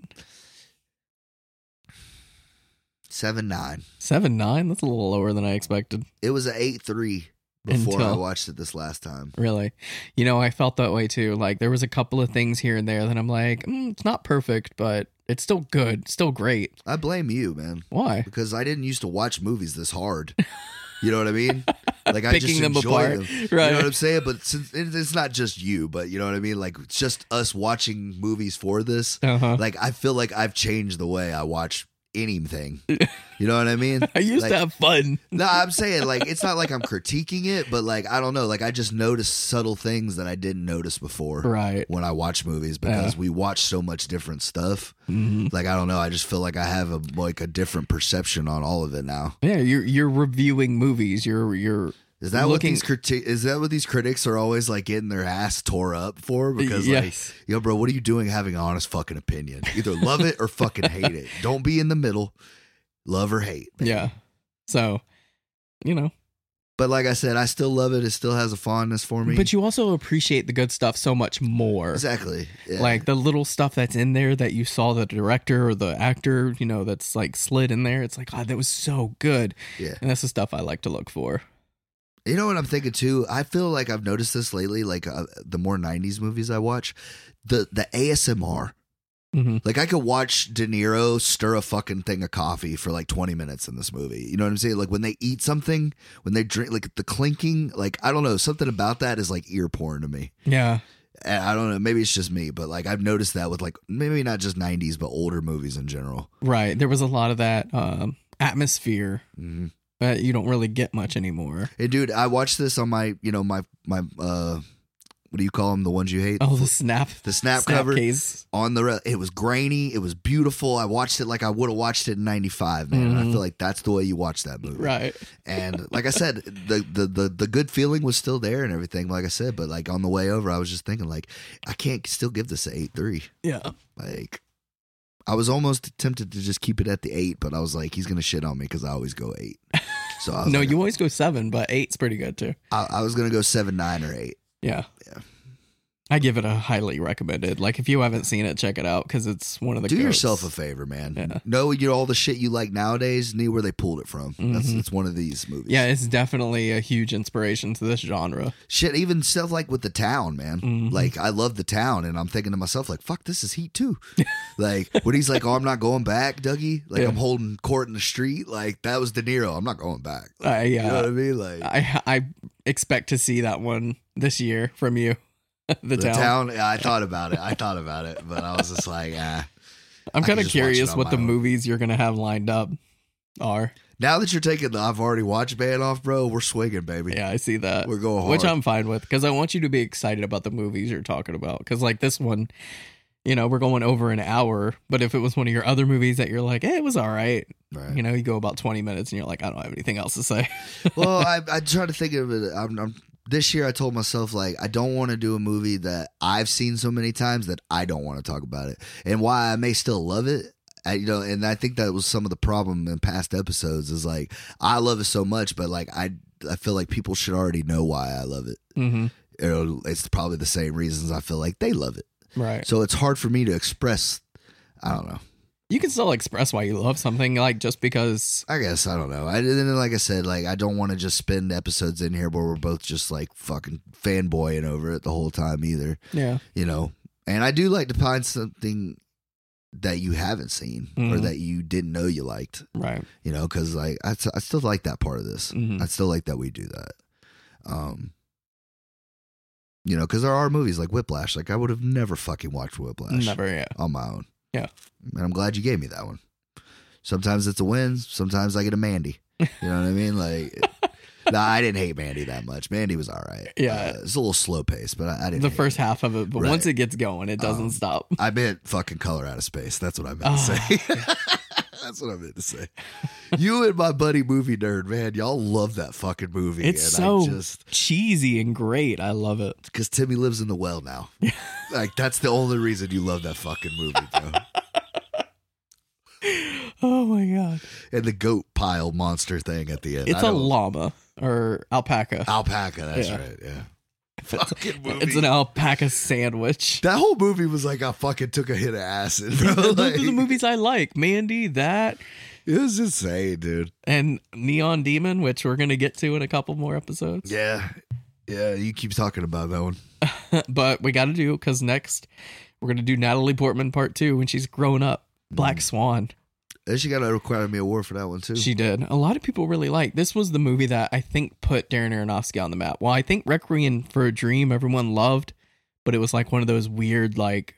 Speaker 3: Seven nine.
Speaker 2: Seven nine. That's a little lower than I expected.
Speaker 3: It was an eight three before I
Speaker 2: Until-
Speaker 3: watched it this last time.
Speaker 2: Really, you know, I felt that way too. Like there was a couple of things here and there that I'm like, mm, it's not perfect, but it's still good, still great.
Speaker 3: I blame you, man,
Speaker 2: Why?
Speaker 3: because I didn't used to watch movies this hard. You know what I mean? Like I just
Speaker 2: Picking them
Speaker 3: enjoy
Speaker 2: apart,
Speaker 3: them.
Speaker 2: right?
Speaker 3: You know what I'm saying? But since it- it's not just you, but you know what I mean? Like it's just us watching movies for this.
Speaker 2: uh-huh.
Speaker 3: Like I feel like I've changed the way I watch anything. You know what I mean?
Speaker 2: I used
Speaker 3: like-
Speaker 2: to have fun.
Speaker 3: No, I'm saying like it's not like I'm critiquing it, but like I don't know, like I just notice subtle things that I didn't notice before
Speaker 2: Right.
Speaker 3: when I watch movies because we watch so much different stuff.
Speaker 2: Mhm.
Speaker 3: Like I don't know, I just feel like I have a like a different perception on all of it now.
Speaker 2: Yeah, you're you're reviewing movies. You're you're
Speaker 3: Is that what
Speaker 2: Looking-
Speaker 3: these criti- is that what these critics are always like getting their ass tore up for? Because like,
Speaker 2: yes.
Speaker 3: yo, bro, what are you doing having an honest fucking opinion? Either love it or fucking hate it. Don't be in the middle. Love or hate.
Speaker 2: Yeah. So, you know,
Speaker 3: But like I said, I still love it. It still has a fondness for me.
Speaker 2: but you also appreciate the good stuff so much more.
Speaker 3: exactly. Yeah.
Speaker 2: Like the little stuff that's in there that you saw the director or the actor, you know, that's like slid in there. It's like, oh, that was so good.
Speaker 3: Yeah.
Speaker 2: And that's the stuff I like to look for.
Speaker 3: You know what I'm thinking too? I feel like I've noticed this lately. Like uh, the more '90s movies I watch, the the ASMR.
Speaker 2: Mm-hmm.
Speaker 3: Like I could watch De Niro stir a fucking thing of coffee for like 20 minutes in this movie. You know what I'm saying? Like when they eat something, when they drink, like the clinking. Like I don't know, something about that is like ear porn to me.
Speaker 2: Yeah.
Speaker 3: And I don't know. Maybe it's just me, but like I've noticed that with like maybe not just '90s, but older movies in general.
Speaker 2: Right. There was a lot of that um, atmosphere
Speaker 3: hmm
Speaker 2: that you don't really get much anymore.
Speaker 3: And dude, I watched this on my, you know, my my uh, what do you call them? The ones you hate.
Speaker 2: Oh, the snap.
Speaker 3: The snap, cover.
Speaker 2: case.
Speaker 3: on the re- it was grainy it was beautiful i watched it like i would have watched it in 95 man and i
Speaker 2: Mhm.
Speaker 3: feel like that's the way you watch that movie
Speaker 2: Right.
Speaker 3: and like i said the, the the the good feeling was still there and everything like i said but like on the way over i was just thinking like i can't still give this an 8-3
Speaker 2: Yeah.
Speaker 3: like i was almost tempted to just keep it at the 8 but i was like he's gonna shit on me because i always go 8 so I was,
Speaker 2: No,
Speaker 3: like,
Speaker 2: you always go seven, but eight's pretty good too.
Speaker 3: I, I was gonna go 7 9 or 8
Speaker 2: Yeah.
Speaker 3: Yeah.
Speaker 2: I give it a highly recommended. Like if you haven't seen it, check it out because it's one of the.
Speaker 3: Do
Speaker 2: goats.
Speaker 3: yourself a favor, man.
Speaker 2: Yeah.
Speaker 3: Know you know, all the shit you like nowadays. Knew where they pulled it from. That's
Speaker 2: Mhm.
Speaker 3: it's one of these movies.
Speaker 2: yeah, it's definitely a huge inspiration to this genre.
Speaker 3: shit. Even stuff like with the town, man.
Speaker 2: Mhm.
Speaker 3: Like I love the town, and I'm thinking to myself, like, fuck, this is heat too. like when he's like, oh, I'm not going back, Dougie. Like
Speaker 2: Yeah.
Speaker 3: I'm holding court in the street. Like that was De Niro. I'm not going back.
Speaker 2: I,
Speaker 3: You know what I
Speaker 2: yeah,
Speaker 3: mean? Like
Speaker 2: I I expect to see that one this year from you. the,
Speaker 3: the
Speaker 2: town.
Speaker 3: town. yeah, I thought about it. I thought about it, but I was just like, ah.
Speaker 2: I'm
Speaker 3: I could
Speaker 2: kind of
Speaker 3: just watch it
Speaker 2: curious
Speaker 3: on
Speaker 2: what
Speaker 3: my
Speaker 2: the
Speaker 3: own.
Speaker 2: movies you're gonna have lined up are.
Speaker 3: Now that you're taking the I've already watched ban off, bro, we're swinging, baby.
Speaker 2: Yeah, I see that.
Speaker 3: We're going hard.
Speaker 2: which I'm fine with because I want you to be excited about the movies you're talking about. Because like this one, you know, we're going over an hour. But if it was one of your other movies that you're like, eh, it was all right,
Speaker 3: Right.
Speaker 2: you know, you go about 20 minutes and you're like, I don't have anything else to say.
Speaker 3: well, I I try to think of it. I'm, I'm this year. I told myself like I don't want to do a movie that I've seen so many times that I don't want to talk about it, and why I may still love it. I, you know, and I think that was some of the problem in past episodes is like I love it so much, but like I I feel like people should already know why I love it.
Speaker 2: hmm
Speaker 3: You know, it's probably the same reasons I feel like they love it.
Speaker 2: Right.
Speaker 3: So it's hard for me to express. I don't know.
Speaker 2: You can still express why you love something, like just because.
Speaker 3: I guess I don't know. I and then like I said, like I don't want to just spend episodes in here where we're both just like fucking fanboying over it the whole time either,
Speaker 2: Yeah.
Speaker 3: you know. And I do like to find something that you haven't seen or
Speaker 2: Mhm.
Speaker 3: that you didn't know you liked,
Speaker 2: Right.
Speaker 3: you know, because like I, I still like that part of this.
Speaker 2: Mhm.
Speaker 3: I still like that we do that. Um, you know, because there are movies like Whiplash. Like I would have never fucking watched Whiplash
Speaker 2: Never. Yeah.
Speaker 3: on my own.
Speaker 2: Yeah.
Speaker 3: And I'm glad you gave me that one. Sometimes it's a win, sometimes I get a Mandy. You know what I mean? Like nah, I didn't hate Mandy that much. Mandy was all right.
Speaker 2: Yeah.
Speaker 3: Uh, it's a little slow paced, but I, I didn't
Speaker 2: The
Speaker 3: hate
Speaker 2: first
Speaker 3: it.
Speaker 2: half of it, but
Speaker 3: Right.
Speaker 2: once it gets going, it doesn't
Speaker 3: Um,
Speaker 2: stop.
Speaker 3: I meant fucking color out of space. That's what I
Speaker 2: Oh,
Speaker 3: meant to say. That's what I meant to say. You and my buddy movie nerd, man, y'all love that fucking movie.
Speaker 2: It's
Speaker 3: and
Speaker 2: so-
Speaker 3: I just
Speaker 2: Cheesy and great. I love it.
Speaker 3: because Timmy lives in the well now. like that's the only reason you love that fucking movie, bro.
Speaker 2: Oh my god.
Speaker 3: and the goat pile monster thing at the end.
Speaker 2: It's
Speaker 3: a
Speaker 2: a llama or alpaca.
Speaker 3: Alpaca, that's
Speaker 2: Yeah.
Speaker 3: right. Yeah. Fucking movie.
Speaker 2: It's an alpaca sandwich.
Speaker 3: that whole movie was like I fucking took a hit of acid, bro.
Speaker 2: Those are the
Speaker 3: Like,
Speaker 2: movies I like. Mandy, that,
Speaker 3: It was insane, dude.
Speaker 2: and Neon Demon, which we're gonna get to in a couple more episodes.
Speaker 3: Yeah. Yeah, you keep talking about that one.
Speaker 2: but we gotta do because next we're gonna do Natalie Portman part two when she's grown up.
Speaker 3: Mm.
Speaker 2: Black Swan.
Speaker 3: And she got a Academy award for that one too.
Speaker 2: She did. A lot of people really like. This was the movie that I think put Darren Aronofsky on the map. Well, I think Requiem for a Dream everyone loved, but it was like one of those weird like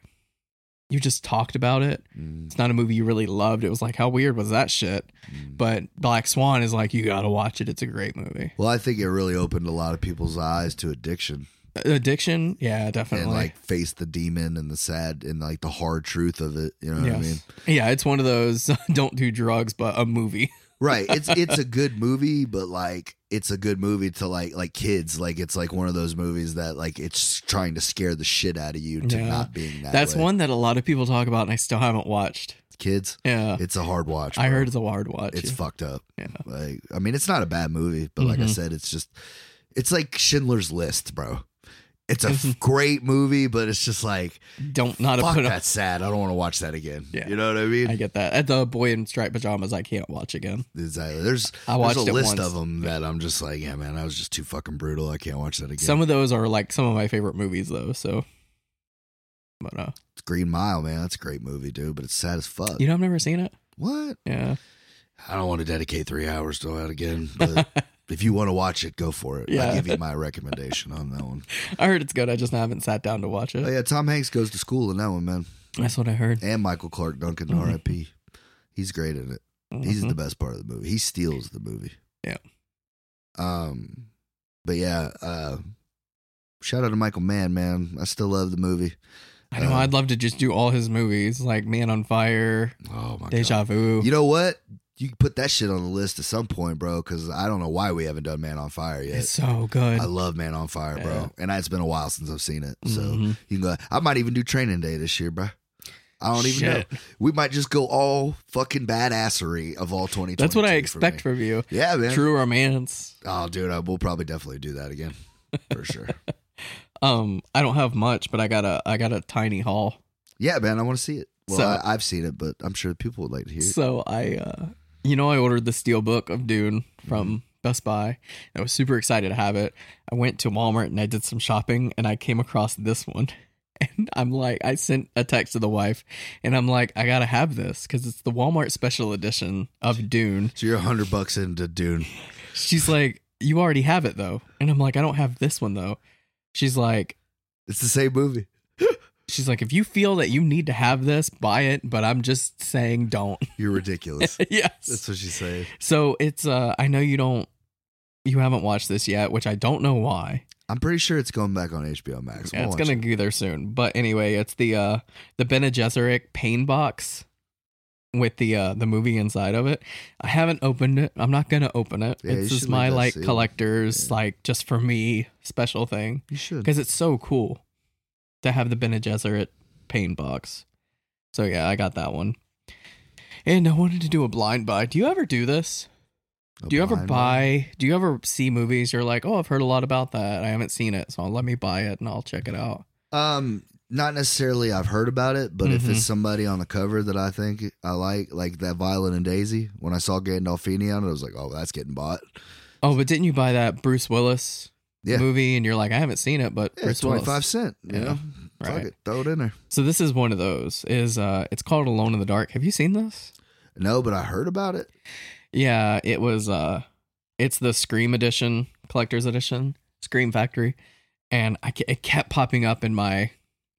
Speaker 2: you just talked about it.
Speaker 3: Mm,
Speaker 2: It's not a movie you really loved. It was like how weird was that shit?
Speaker 3: mm.
Speaker 2: But Black Swan is like you gotta watch it. It's a great movie.
Speaker 3: well, I think it really opened a lot of people's eyes to addiction
Speaker 2: addiction yeah definitely
Speaker 3: and like face the demon and the sad and like the hard truth of it. You know what I
Speaker 2: Yes.
Speaker 3: mean?
Speaker 2: yeah it's one of those don't do drugs but a movie
Speaker 3: Right. It's it's a good movie, but like it's a good movie to like like kids. Like it's like one of those movies that like it's trying to scare the shit out of you to
Speaker 2: Yeah.
Speaker 3: not being that.
Speaker 2: that's
Speaker 3: way.
Speaker 2: one that a lot of people talk about and i still haven't watched
Speaker 3: kids.
Speaker 2: yeah
Speaker 3: It's a hard watch.
Speaker 2: i
Speaker 3: bro.
Speaker 2: heard it's a hard watch
Speaker 3: it's
Speaker 2: yeah.
Speaker 3: fucked up.
Speaker 2: Yeah.
Speaker 3: Like I mean, it's not a bad movie, but like I
Speaker 2: Mhm.
Speaker 3: said, it's just it's like Schindler's List, bro. It's a
Speaker 2: Mhm.
Speaker 3: f- great movie, but it's just like
Speaker 2: don't not
Speaker 3: fuck
Speaker 2: put up
Speaker 3: that's sad. I don't want to watch that again.
Speaker 2: Yeah.
Speaker 3: You know what I mean?
Speaker 2: i get that at the boy in striped pajamas i can't watch again
Speaker 3: exactly. uh, There's
Speaker 2: i
Speaker 3: there's
Speaker 2: watched
Speaker 3: a
Speaker 2: it
Speaker 3: list
Speaker 2: once
Speaker 3: of them that I'm just like, yeah, man, I was just too fucking brutal. I can't watch that again.
Speaker 2: some of those are like some of my favorite movies though so but uh
Speaker 3: Green Mile, man, that's a great movie, dude, but it's sad as fuck.
Speaker 2: you know i've never seen it
Speaker 3: what?
Speaker 2: yeah
Speaker 3: I don't want to dedicate three hours to that again, but if you want to watch it, go for it.
Speaker 2: Yeah.
Speaker 3: I'll give you my recommendation on that one.
Speaker 2: i heard it's good i just haven't sat down to watch
Speaker 3: Oh,
Speaker 2: it
Speaker 3: yeah, Tom Hanks goes to school in that one, man.
Speaker 2: that's what i heard
Speaker 3: And Michael Clark Duncan,
Speaker 2: Mhm.
Speaker 3: RIP. He's great in it. He's
Speaker 2: Mhm.
Speaker 3: the best part of the movie. He steals the movie.
Speaker 2: Yeah.
Speaker 3: Um, but yeah, uh, shout out to Michael Mann, man. I still love the movie.
Speaker 2: I know.
Speaker 3: Uh,
Speaker 2: I'd love to just do all his movies, like Man on Fire,
Speaker 3: Oh my god.
Speaker 2: Deja Vu.
Speaker 3: You know what? You can put that shit on the list at some point, bro, because I don't know why we haven't done Man on Fire yet.
Speaker 2: it's so good.
Speaker 3: I love Man on Fire, bro.
Speaker 2: Yeah.
Speaker 3: And it's been a while since I've seen it. So
Speaker 2: Mhm.
Speaker 3: you can go. I might even do Training Day this year, bro. I don't even
Speaker 2: Shit.
Speaker 3: know. We might just go all fucking badassery of all 2020.
Speaker 2: That's what I expect from you.
Speaker 3: yeah, man.
Speaker 2: True Romance.
Speaker 3: Oh, dude, I, we'll probably definitely do that again for sure.
Speaker 2: Um, I don't have much, but I got a I got a tiny haul.
Speaker 3: Yeah, man, I want to see it. Well,
Speaker 2: So-
Speaker 3: I, I've seen it, but I'm sure people would like to hear it.
Speaker 2: So I, uh, you know, I ordered the steel book of Dune from Best Buy. I was super excited to have it. I went to Walmart and I did some shopping, and I came across this one. And I'm like, I sent a text to the wife, and I'm like, I gotta have this because it's the Walmart special edition of Dune.
Speaker 3: So you're a hundred bucks into Dune.
Speaker 2: She's like, you already have it though, and I'm like, I don't have this one though. She's like,
Speaker 3: It's the same movie.
Speaker 2: she's like, if you feel that you need to have this, buy it. But I'm just saying, don't.
Speaker 3: You're ridiculous.
Speaker 2: yes.
Speaker 3: That's what she's saying.
Speaker 2: So it's uh I know you don't you haven't watched this yet, which I don't know why.
Speaker 3: I'm pretty sure it's going back on HBO Max.
Speaker 2: Yeah,
Speaker 3: We'll
Speaker 2: it's
Speaker 3: watch
Speaker 2: gonna
Speaker 3: it.
Speaker 2: go there soon. But anyway, it's the uh the Bene Gesserit pain box with the uh the movie inside of it. I haven't opened it. I'm not gonna open it.
Speaker 3: Yeah, you
Speaker 2: it's just
Speaker 3: should
Speaker 2: my
Speaker 3: leave that
Speaker 2: like
Speaker 3: sealed.
Speaker 2: collectors
Speaker 3: Yeah.
Speaker 2: like just for me special thing
Speaker 3: You should.
Speaker 2: because it's so cool to have the Bene Gesserit pain box. So yeah, I got that one. And I wanted to do a blind buy. Do you ever do this?
Speaker 3: A
Speaker 2: Do you ever
Speaker 3: blind
Speaker 2: buy? Do you ever see movies? You're like, oh, I've heard a lot about that. I haven't seen it, so let me buy it and I'll check it out.
Speaker 3: Um, not necessarily. I've heard about it, but if
Speaker 2: Mhm.
Speaker 3: it's somebody on the cover that I think I like, like that Violet and Daisy, when I saw Gandolfini on it, I was like, oh, that's getting bought.
Speaker 2: Oh, but didn't you buy that Bruce Willis
Speaker 3: Yeah.
Speaker 2: movie? And you're like, I haven't seen it, but
Speaker 3: Yeah,
Speaker 2: Bruce
Speaker 3: twenty
Speaker 2: Willis.
Speaker 3: five cent. You
Speaker 2: Yeah,
Speaker 3: know, Fuck
Speaker 2: right.
Speaker 3: it, throw it in there.
Speaker 2: So this is one of those. Is uh, it's called Alone in the Dark. Have you seen this?
Speaker 3: No, but I heard about it.
Speaker 2: Yeah, it was. Uh, it's the Scream edition, collector's edition, Scream Factory, and I ke- it kept popping up in my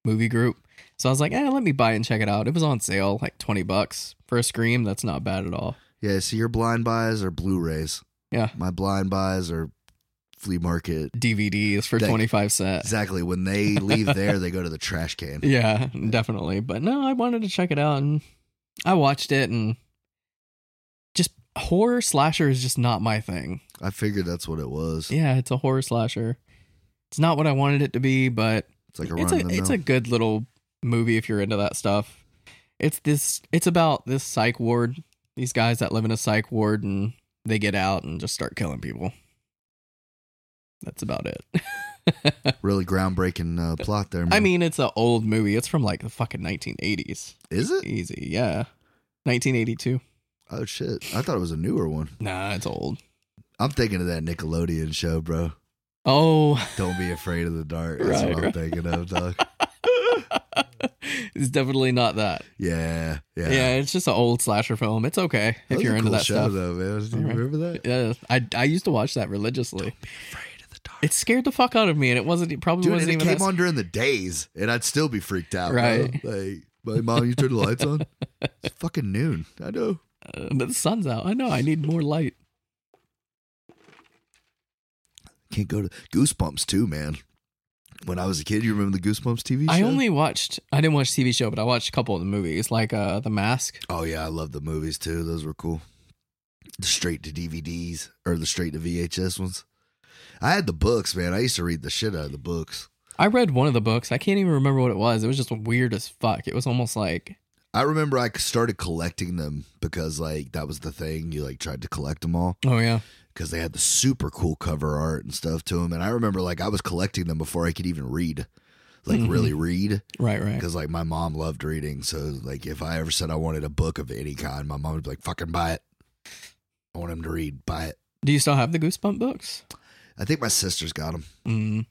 Speaker 2: movie group. So I was like, eh, let me buy it and check it out. It was on sale, like twenty bucks for a Scream. That's not bad at all.
Speaker 3: Yeah. So your blind buys are Blu-rays.
Speaker 2: Yeah.
Speaker 3: My blind buys are flea market.
Speaker 2: DVDs for
Speaker 3: Thank-
Speaker 2: 25 cents.
Speaker 3: Exactly. When they leave there, they go to the trash can.
Speaker 2: Yeah, definitely. But no, I wanted to check it out and I watched it and just horror slasher is just not my thing.
Speaker 3: I figured that's what it was.
Speaker 2: Yeah, it's a horror slasher. It's not what I wanted it to be, but
Speaker 3: It's like a
Speaker 2: it's
Speaker 3: run in
Speaker 2: a
Speaker 3: the
Speaker 2: it's
Speaker 3: mill.
Speaker 2: a good little movie if you're into that stuff. It's this it's about this psych ward, these guys that live in a psych ward and they get out and just start killing people. That's about it.
Speaker 3: really groundbreaking uh, plot there. Man.
Speaker 2: I mean, it's an old movie. It's from like the fucking 1980s.
Speaker 3: is it?
Speaker 2: Easy, yeah. 1982.
Speaker 3: Oh shit! I thought it was a newer one.
Speaker 2: Nah, it's old.
Speaker 3: I'm thinking of that Nickelodeon show, bro.
Speaker 2: Oh,
Speaker 3: Don't be afraid of the dark. That's
Speaker 2: Right,
Speaker 3: what I'm
Speaker 2: right.
Speaker 3: thinking of, dog.
Speaker 2: it's definitely not that.
Speaker 3: Yeah, yeah.
Speaker 2: Yeah. it's just an old slasher film. It's okay
Speaker 3: That
Speaker 2: if
Speaker 3: was
Speaker 2: you're
Speaker 3: a
Speaker 2: into
Speaker 3: cool
Speaker 2: that
Speaker 3: show,
Speaker 2: stuff.
Speaker 3: though, man. Do you
Speaker 2: Alright.
Speaker 3: remember that?
Speaker 2: Yeah, I I used to watch that religiously.
Speaker 3: Be afraid of the dark.
Speaker 2: It scared the fuck out of me, and it wasn't it probably
Speaker 3: Dude, and
Speaker 2: wasn't
Speaker 3: it
Speaker 2: even
Speaker 3: came
Speaker 2: that.
Speaker 3: on during the days, and I'd still be freaked out. bro.
Speaker 2: Right.
Speaker 3: Like, my mom, you turn the lights on. It's fucking noon. I know.
Speaker 2: uh, but the sun's out. I know. I need more light.
Speaker 3: Can't go to Goosebumps too, man. When I was a kid, you remember the Goosebumps TV show?
Speaker 2: I only watched. I didn't watch TV show, but I watched a couple of the movies, like uh, The Mask.
Speaker 3: Oh yeah, I love the movies too. Those were cool. The straight to DVDs or the straight to VHS ones. I had the books, man. I used to read the shit out of the books.
Speaker 2: I read one of the books. I can't even remember what it was. It was just weird as fuck. It was almost like
Speaker 3: I remember I started collecting them because like that was the thing. You like tried to collect them all
Speaker 2: oh yeah,
Speaker 3: because they had the super cool cover art and stuff to them. And I remember like I was collecting them before I could even read, like
Speaker 2: Mhm.
Speaker 3: really read.
Speaker 2: right, right.
Speaker 3: Because like my mom loved reading, so like if I ever said I wanted a book of any kind, my mom would be like, "Fucking buy it." I want him to read. Buy it.
Speaker 2: Do you still have the Goosebump books?
Speaker 3: I think my sister's got them.
Speaker 2: Mm,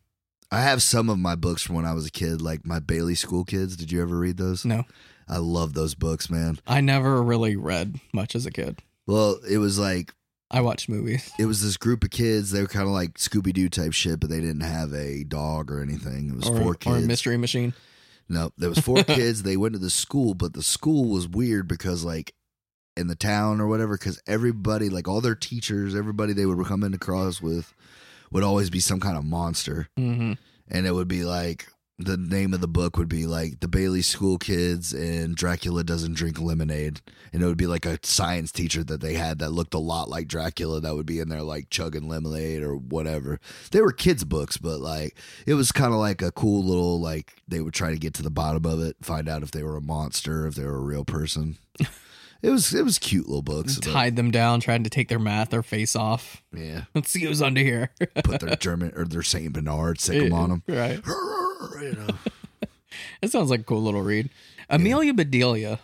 Speaker 3: I have some of my books from when I was a kid, like my Bailey School Kids. Did you ever read those?
Speaker 2: no,
Speaker 3: I love those books, man.
Speaker 2: I never really read much as a kid.
Speaker 3: Well, it was like
Speaker 2: I watched movies.
Speaker 3: it was this group of kids. They were kind of like Scooby Doo type shit, but they didn't have a dog or anything. It was
Speaker 2: or,
Speaker 3: four
Speaker 2: or
Speaker 3: kids.
Speaker 2: Mystery Machine.
Speaker 3: No, there was four kids. They went to the school, but the school was weird because like in the town or whatever, because everybody, like all their teachers, everybody they would come in across with, would always be some kind of monster.
Speaker 2: hmm
Speaker 3: and it would be like the name of the book would be like the Bailey School Kids and Dracula doesn't drink lemonade, and it would be like a science teacher that they had that looked a lot like Dracula that would be in there like chugging lemonade or whatever. They were kids' books, but like it was kind of like a cool little like they would try to get to the bottom of it, find out if they were a monster, if they were a real person. It was it was cute little books. but-
Speaker 2: tied them down, trying to take their math, their face off.
Speaker 3: yeah,
Speaker 2: Let's see who's under here.
Speaker 3: put their German or their Saint Bernard sick 'em on them.
Speaker 2: Right.
Speaker 3: You know,
Speaker 2: That sounds like a cool little read. Amelia Bedelia.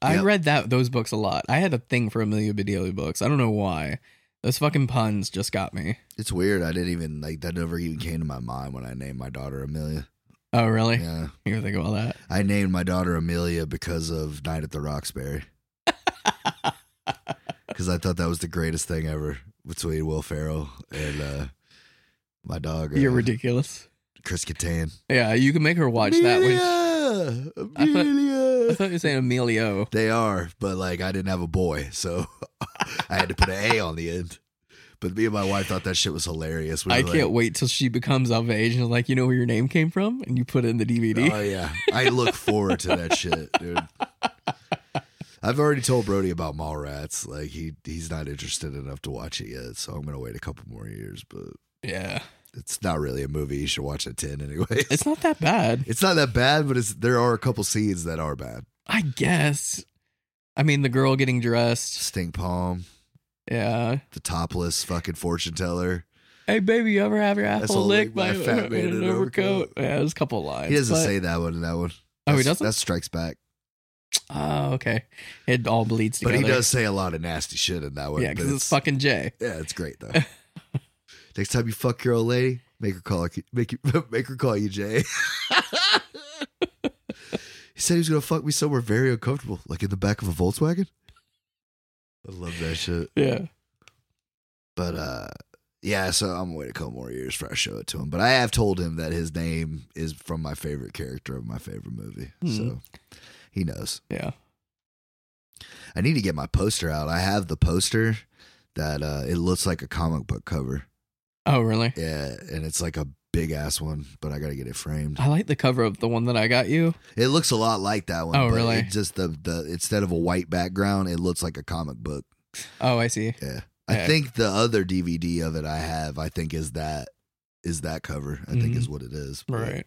Speaker 2: I
Speaker 3: Yep.
Speaker 2: read that those books a lot. I had a thing for Amelia Bedelia books. I don't know why. Those fucking puns just got me.
Speaker 3: it's weird. I didn't even like that. Never even came to my mind when I named my daughter Amelia.
Speaker 2: Oh, really?
Speaker 3: Yeah,
Speaker 2: You ever think about that?
Speaker 3: I named my daughter Amelia because of Night at the Roxbury. Because I thought that was the greatest thing ever between Will Ferrell and uh, my dog uh,
Speaker 2: You're ridiculous.
Speaker 3: Chris Kattan.
Speaker 2: Yeah, you can make her watch that one.
Speaker 3: Amelia!
Speaker 2: I thought-
Speaker 3: Amelia!
Speaker 2: I thought you were saying Emilio.
Speaker 3: They are, but like I didn't have a boy, so I had to put an A on the end. But me and my wife thought that shit was hilarious. We
Speaker 2: I
Speaker 3: were like,
Speaker 2: can't wait till she becomes of age and like, you know where your name came from? And you put it in the DVD.
Speaker 3: Oh yeah, I look forward to that shit, dude. I've already told Brody about Mallrats. Like he he's not interested enough to watch it yet, so I'm gonna wait a couple more years. But
Speaker 2: yeah.
Speaker 3: it's not really a movie. You should watch at ten anyway.
Speaker 2: It's not that bad.
Speaker 3: It's not that bad, but it's there are a couple scenes that are bad.
Speaker 2: I guess. I mean, the girl getting dressed.
Speaker 3: Stink palm,
Speaker 2: Yeah.
Speaker 3: the topless fucking fortune teller.
Speaker 2: Hey, baby, you ever have your apple
Speaker 3: all
Speaker 2: licked
Speaker 3: licked
Speaker 2: by, a fat man in an overcoat?
Speaker 3: overcoat.
Speaker 2: Yeah, there's a couple lines.
Speaker 3: He doesn't
Speaker 2: but-
Speaker 3: say that one in that one.
Speaker 2: Oh, he
Speaker 3: That's-
Speaker 2: doesn't?
Speaker 3: That strikes back.
Speaker 2: Oh, okay. It all bleeds
Speaker 3: But
Speaker 2: together.
Speaker 3: he does say a lot of nasty shit in that one.
Speaker 2: Yeah,
Speaker 3: but
Speaker 2: because it's, fucking Jay.
Speaker 3: Yeah, it's great though. Next time you fuck your old lady, make her call make you make her call you Jay. he said he was gonna fuck me somewhere very uncomfortable, like in the back of a Volkswagen. I love that shit.
Speaker 2: Yeah.
Speaker 3: But uh yeah, so I'm gonna wait a couple more years before I show it to him. But I have told him that his name is from my favorite character of my favorite movie.
Speaker 2: Hmm.
Speaker 3: So he knows.
Speaker 2: Yeah.
Speaker 3: I need to get my poster out. I have the poster that uh it looks like a comic book cover.
Speaker 2: Oh, really?
Speaker 3: Yeah, and it's like a big ass one, but I got to get it framed.
Speaker 2: I like the cover of the one that I got you.
Speaker 3: It looks a lot like that one.
Speaker 2: Oh,
Speaker 3: but
Speaker 2: really?
Speaker 3: It just the the instead of a white background, it looks like a comic book.
Speaker 2: Oh, I see.
Speaker 3: Yeah. I
Speaker 2: Yeah.
Speaker 3: think the other DVD of it I have, I think is that is that cover. I think
Speaker 2: Mhm.
Speaker 3: is what it is. But
Speaker 2: Right.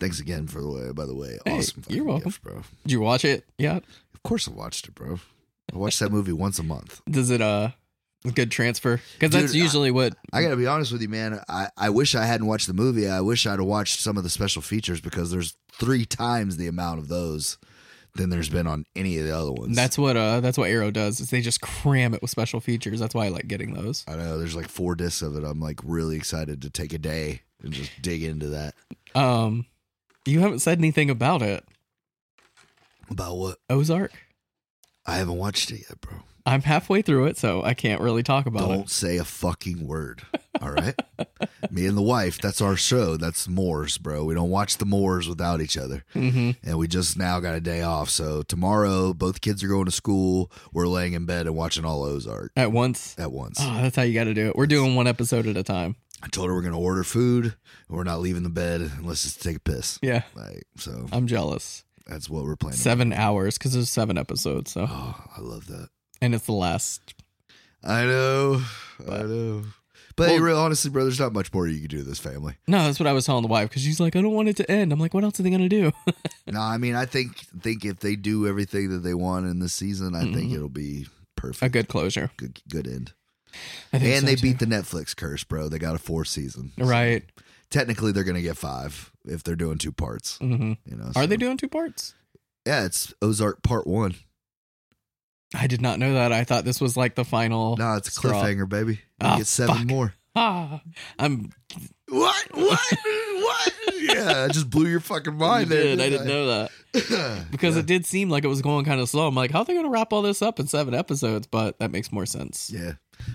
Speaker 3: Thanks again for the way. By the way,
Speaker 2: Hey,
Speaker 3: awesome.
Speaker 2: you're
Speaker 3: fucking
Speaker 2: welcome.
Speaker 3: gift, bro. Of
Speaker 2: Did you watch it? Yeah.
Speaker 3: course, I watched it, bro. I watched that movie once a month.
Speaker 2: Does it, uh, good transfer? Because that's
Speaker 3: Dude, I-
Speaker 2: usually what.
Speaker 3: I gotta be honest with you, man. I, I wish I hadn't watched the movie. I wish I'd have watched some of the special features because there's three times the amount of those than there's been on any of the other ones.
Speaker 2: That's what uh that's what Arrow does is they just cram it with special features. That's why I like getting those.
Speaker 3: I know there's like four discs of it. I'm like really excited to take a day and just dig into that.
Speaker 2: Um you haven't said anything about it.
Speaker 3: About what?
Speaker 2: Ozark.
Speaker 3: I haven't watched it yet, bro.
Speaker 2: I'm halfway through it, so I can't really talk about
Speaker 3: Don't
Speaker 2: it.
Speaker 3: say a fucking word. All right. Me and the wife, that's our show. That's Moors, bro. We don't watch the Moors without each other.
Speaker 2: hmm
Speaker 3: and we just now got a day off. So tomorrow, both kids are going to school. We're laying in bed and watching all Ozark
Speaker 2: At once.
Speaker 3: at once.
Speaker 2: Oh, that's how you got to do it. We're doing one episode at a time.
Speaker 3: I told her we're going to order food. And we're not leaving the bed unless it's to take a piss.
Speaker 2: Yeah,
Speaker 3: Like so,
Speaker 2: I'm jealous.
Speaker 3: that's what we're planning.
Speaker 2: Seven hours because there's seven episodes, so
Speaker 3: Oh, I love that.
Speaker 2: and it's the last.
Speaker 3: I know, I
Speaker 2: But-
Speaker 3: know. But hey,
Speaker 2: Well-
Speaker 3: real, honestly, bro, there's not much more you can do with this family.
Speaker 2: No, that's what I was telling the wife because she's like, I don't want it to end. I'm like, what else are they gonna do?
Speaker 3: no, I mean, I think think if they do everything that they want in this season, I think
Speaker 2: Mhm.
Speaker 3: it'll be perfect.
Speaker 2: A good closure.
Speaker 3: good, good end.
Speaker 2: I think
Speaker 3: And
Speaker 2: so,
Speaker 3: they
Speaker 2: too.
Speaker 3: beat the Netflix curse, bro. They got a fourth season. So-
Speaker 2: right.
Speaker 3: technically they're gonna get five if they're doing two parts.
Speaker 2: hmm
Speaker 3: You know,
Speaker 2: Are
Speaker 3: so-
Speaker 2: they doing two parts?
Speaker 3: Yeah, it's Ozark Part One.
Speaker 2: I did not know that. I thought this was like the final.
Speaker 3: No, it's a
Speaker 2: straw.
Speaker 3: cliffhanger, baby. You
Speaker 2: Oh, Ah,
Speaker 3: get seven
Speaker 2: fuck.
Speaker 3: more.
Speaker 2: Ah, I'm.
Speaker 3: What? What? what? Yeah, I just blew your fucking
Speaker 2: I
Speaker 3: mind. there,
Speaker 2: did. I didn't know that
Speaker 3: know
Speaker 2: because
Speaker 3: yeah.
Speaker 2: it did seem like it was going kind of slow. I'm like, how are they going to wrap all this up in seven episodes? But that makes more sense.
Speaker 3: Yeah,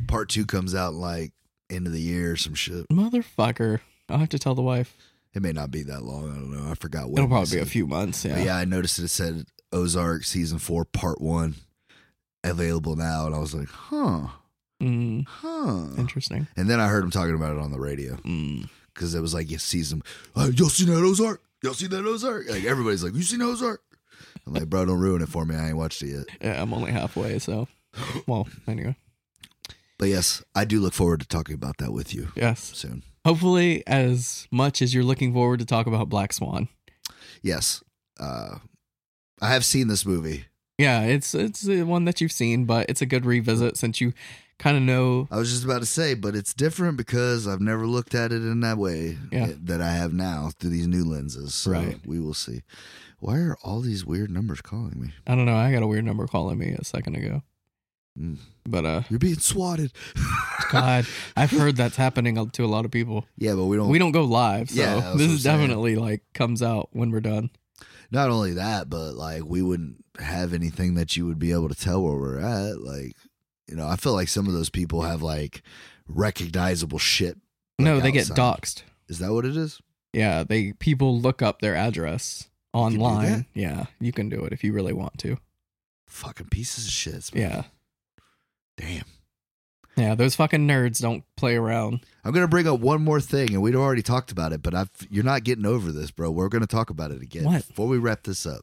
Speaker 3: Part Two comes out like end of the year or some shit.
Speaker 2: Motherfucker. I'll have to tell the wife.
Speaker 3: It may not be that long. I don't know. I forgot what.
Speaker 2: It'll
Speaker 3: it
Speaker 2: probably be a
Speaker 3: said.
Speaker 2: few months.
Speaker 3: But
Speaker 2: Yeah.
Speaker 3: Yeah. I noticed it said Ozark season four part one available now, and I was like, huh,
Speaker 2: Mm,
Speaker 3: huh.
Speaker 2: interesting.
Speaker 3: And then I heard him talking about it on the radio.
Speaker 2: Mm.
Speaker 3: because it was like you season. Uh, y'all seen that Ozark? Y'all seen that Ozark? Like everybody's like, you seen Ozark? I'm like, bro, don't ruin it for me. I ain't watched it yet.
Speaker 2: Yeah, I'm only halfway. So, well, anyway.
Speaker 3: But yes, I do look forward to talking about that with you
Speaker 2: Yes.
Speaker 3: soon.
Speaker 2: Hopefully, as much as you're looking forward to talk about Black Swan.
Speaker 3: Yes, uh, I have seen this movie.
Speaker 2: Yeah, it's it's the one that you've seen, but it's a good revisit since you kind of know.
Speaker 3: I was just about to say, but it's different because I've never looked at it in that way eh,
Speaker 2: Yeah.
Speaker 3: that I have now through these new lenses. So
Speaker 2: Right.
Speaker 3: we will see. Why are all these weird numbers calling me?
Speaker 2: I don't know. I got a weird number calling me a second ago,
Speaker 3: Mm.
Speaker 2: but uh,
Speaker 3: You're being swatted.
Speaker 2: God, I've heard that's happening to a lot of people.
Speaker 3: Yeah, but we don't.
Speaker 2: We don't go live, so
Speaker 3: Oh. Yeah, that's what
Speaker 2: this
Speaker 3: I'm
Speaker 2: is
Speaker 3: saying.
Speaker 2: definitely like comes out when we're done.
Speaker 3: Not only that, but like we wouldn't have anything that you would be able to tell where we're at. Like, you know, I feel like some of those people have like recognizable shit. like,
Speaker 2: no, they get
Speaker 3: outside.
Speaker 2: doxxed.
Speaker 3: Is that what it is?
Speaker 2: Yeah, they people look up their address
Speaker 3: do that?
Speaker 2: online. Yeah, you can do it if you really want to.
Speaker 3: Fucking pieces of shit. man.
Speaker 2: Yeah,
Speaker 3: Damn.
Speaker 2: yeah. Those fucking nerds don't play around.
Speaker 3: I'm gonna bring up one more thing, and we've already talked about it, but I've you're not getting over this, bro. We're gonna talk about it again
Speaker 2: What?
Speaker 3: before we wrap this up.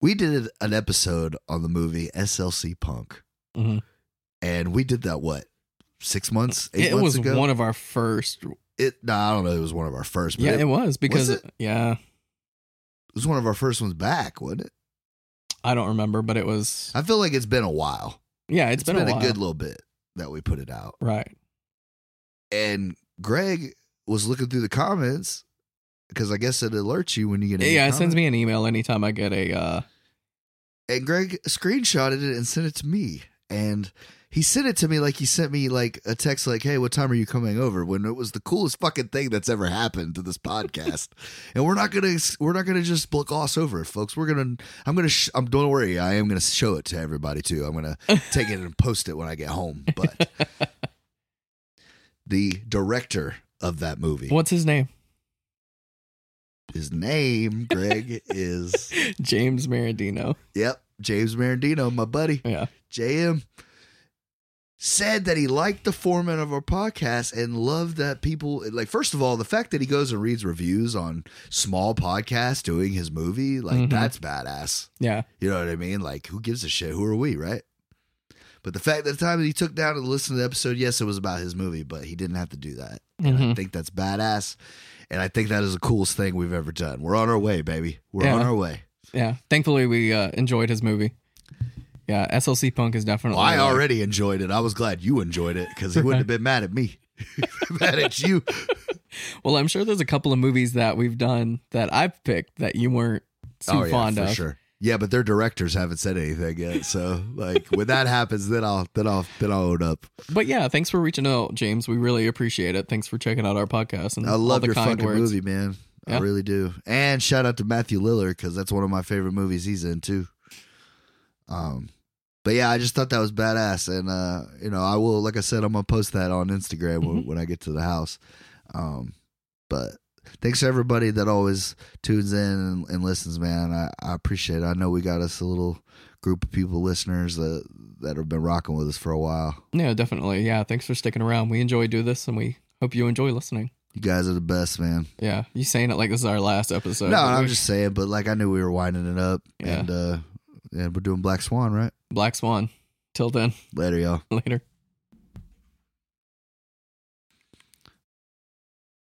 Speaker 3: We did an episode on the movie SLC Punk,
Speaker 2: Mhm.
Speaker 3: and we did that what six months, eight
Speaker 2: It
Speaker 3: months
Speaker 2: was
Speaker 3: ago.
Speaker 2: one of our first.
Speaker 3: it no, I don't know. It was one of our first, but
Speaker 2: Yeah,
Speaker 3: it,
Speaker 2: it was because
Speaker 3: it?
Speaker 2: yeah,
Speaker 3: was one of our first ones back, wasn't it?
Speaker 2: I don't remember, but it was.
Speaker 3: I feel like it's been a while.
Speaker 2: Yeah, it's
Speaker 3: it's been,
Speaker 2: been, a, while.
Speaker 3: good little bit that we put it out.
Speaker 2: Right.
Speaker 3: and Greg was looking through the comments because I guess it alerts you when you get.
Speaker 2: Yeah,
Speaker 3: a new
Speaker 2: it sends
Speaker 3: comment.
Speaker 2: me an email anytime I get a. Uh,
Speaker 3: And Greg screenshotted it and sent it to me, and he sent it to me like he sent me like a text like, "Hey, what time are you coming over?" When it was the coolest fucking thing that's ever happened to this podcast, and we're not gonna we're not gonna just gloss over it, folks. We're gonna I'm gonna sh- I'm don't worry, I am gonna show it to everybody too. I'm gonna take it and post it when I get home, but. The director of that movie.
Speaker 2: what's his name?
Speaker 3: His name, Greg, is
Speaker 2: James Marandino.
Speaker 3: yep, James Marandino, my buddy,
Speaker 2: Yeah.
Speaker 3: JM. Said that he liked the format of our podcast and loved that people like. First of all, the fact that he goes and reads reviews on small podcasts doing his movie, like
Speaker 2: Mhm.
Speaker 3: that's badass.
Speaker 2: Yeah.
Speaker 3: You know what I mean? Like, who gives a shit? Who are we, right? But the fact that the time that he took down and listened to the episode, yes, it was about his movie, but he didn't have to do that. And I
Speaker 2: Mhm.
Speaker 3: think that's badass. And I think that is the coolest thing we've ever done. We're on our way, baby. We're
Speaker 2: Yeah.
Speaker 3: on our way.
Speaker 2: Yeah. Thankfully, we uh, enjoyed his movie. Yeah. SLC Punk is definitely.
Speaker 3: Well, I
Speaker 2: like-
Speaker 3: already enjoyed it. I was glad you enjoyed it because he wouldn't have been mad at me. mad at you.
Speaker 2: Well, I'm sure there's a couple of movies that we've done that I've picked that you weren't too
Speaker 3: oh, yeah,
Speaker 2: fond
Speaker 3: for
Speaker 2: of.
Speaker 3: sure. Yeah, but their directors haven't said anything yet. So, like, when that happens, then I'll then I'll then I'll own up.
Speaker 2: But yeah, thanks for reaching out, James. We really appreciate it. Thanks for checking out our podcast and
Speaker 3: I
Speaker 2: all
Speaker 3: love
Speaker 2: the
Speaker 3: your
Speaker 2: kind
Speaker 3: fucking
Speaker 2: words.
Speaker 3: movie, man. I
Speaker 2: Yeah.
Speaker 3: really do. And shout out to Matthew Lillard because that's one of my favorite movies he's in too. Um, but yeah, I just thought that was badass, and uh, you know, I will, like I said, I'm gonna post that on Instagram
Speaker 2: Mm-hmm.
Speaker 3: when, when I get to the house. Um, but thanks to everybody that always tunes in and, and listens, man. I, I appreciate it. I know we got us a little group of people, listeners that that have been rocking with us for a while.
Speaker 2: Yeah, definitely. Yeah, thanks for sticking around. We enjoy do this, and we hope you enjoy listening.
Speaker 3: You guys are the best, man.
Speaker 2: Yeah, you saying it like this is our last episode.
Speaker 3: No,
Speaker 2: but
Speaker 3: I'm
Speaker 2: we-
Speaker 3: just saying, but like I knew we were winding it up
Speaker 2: Yeah.
Speaker 3: and uh and we're doing Black Swan, right?
Speaker 2: Black Swan. Till then,
Speaker 3: Later, y'all.
Speaker 2: later.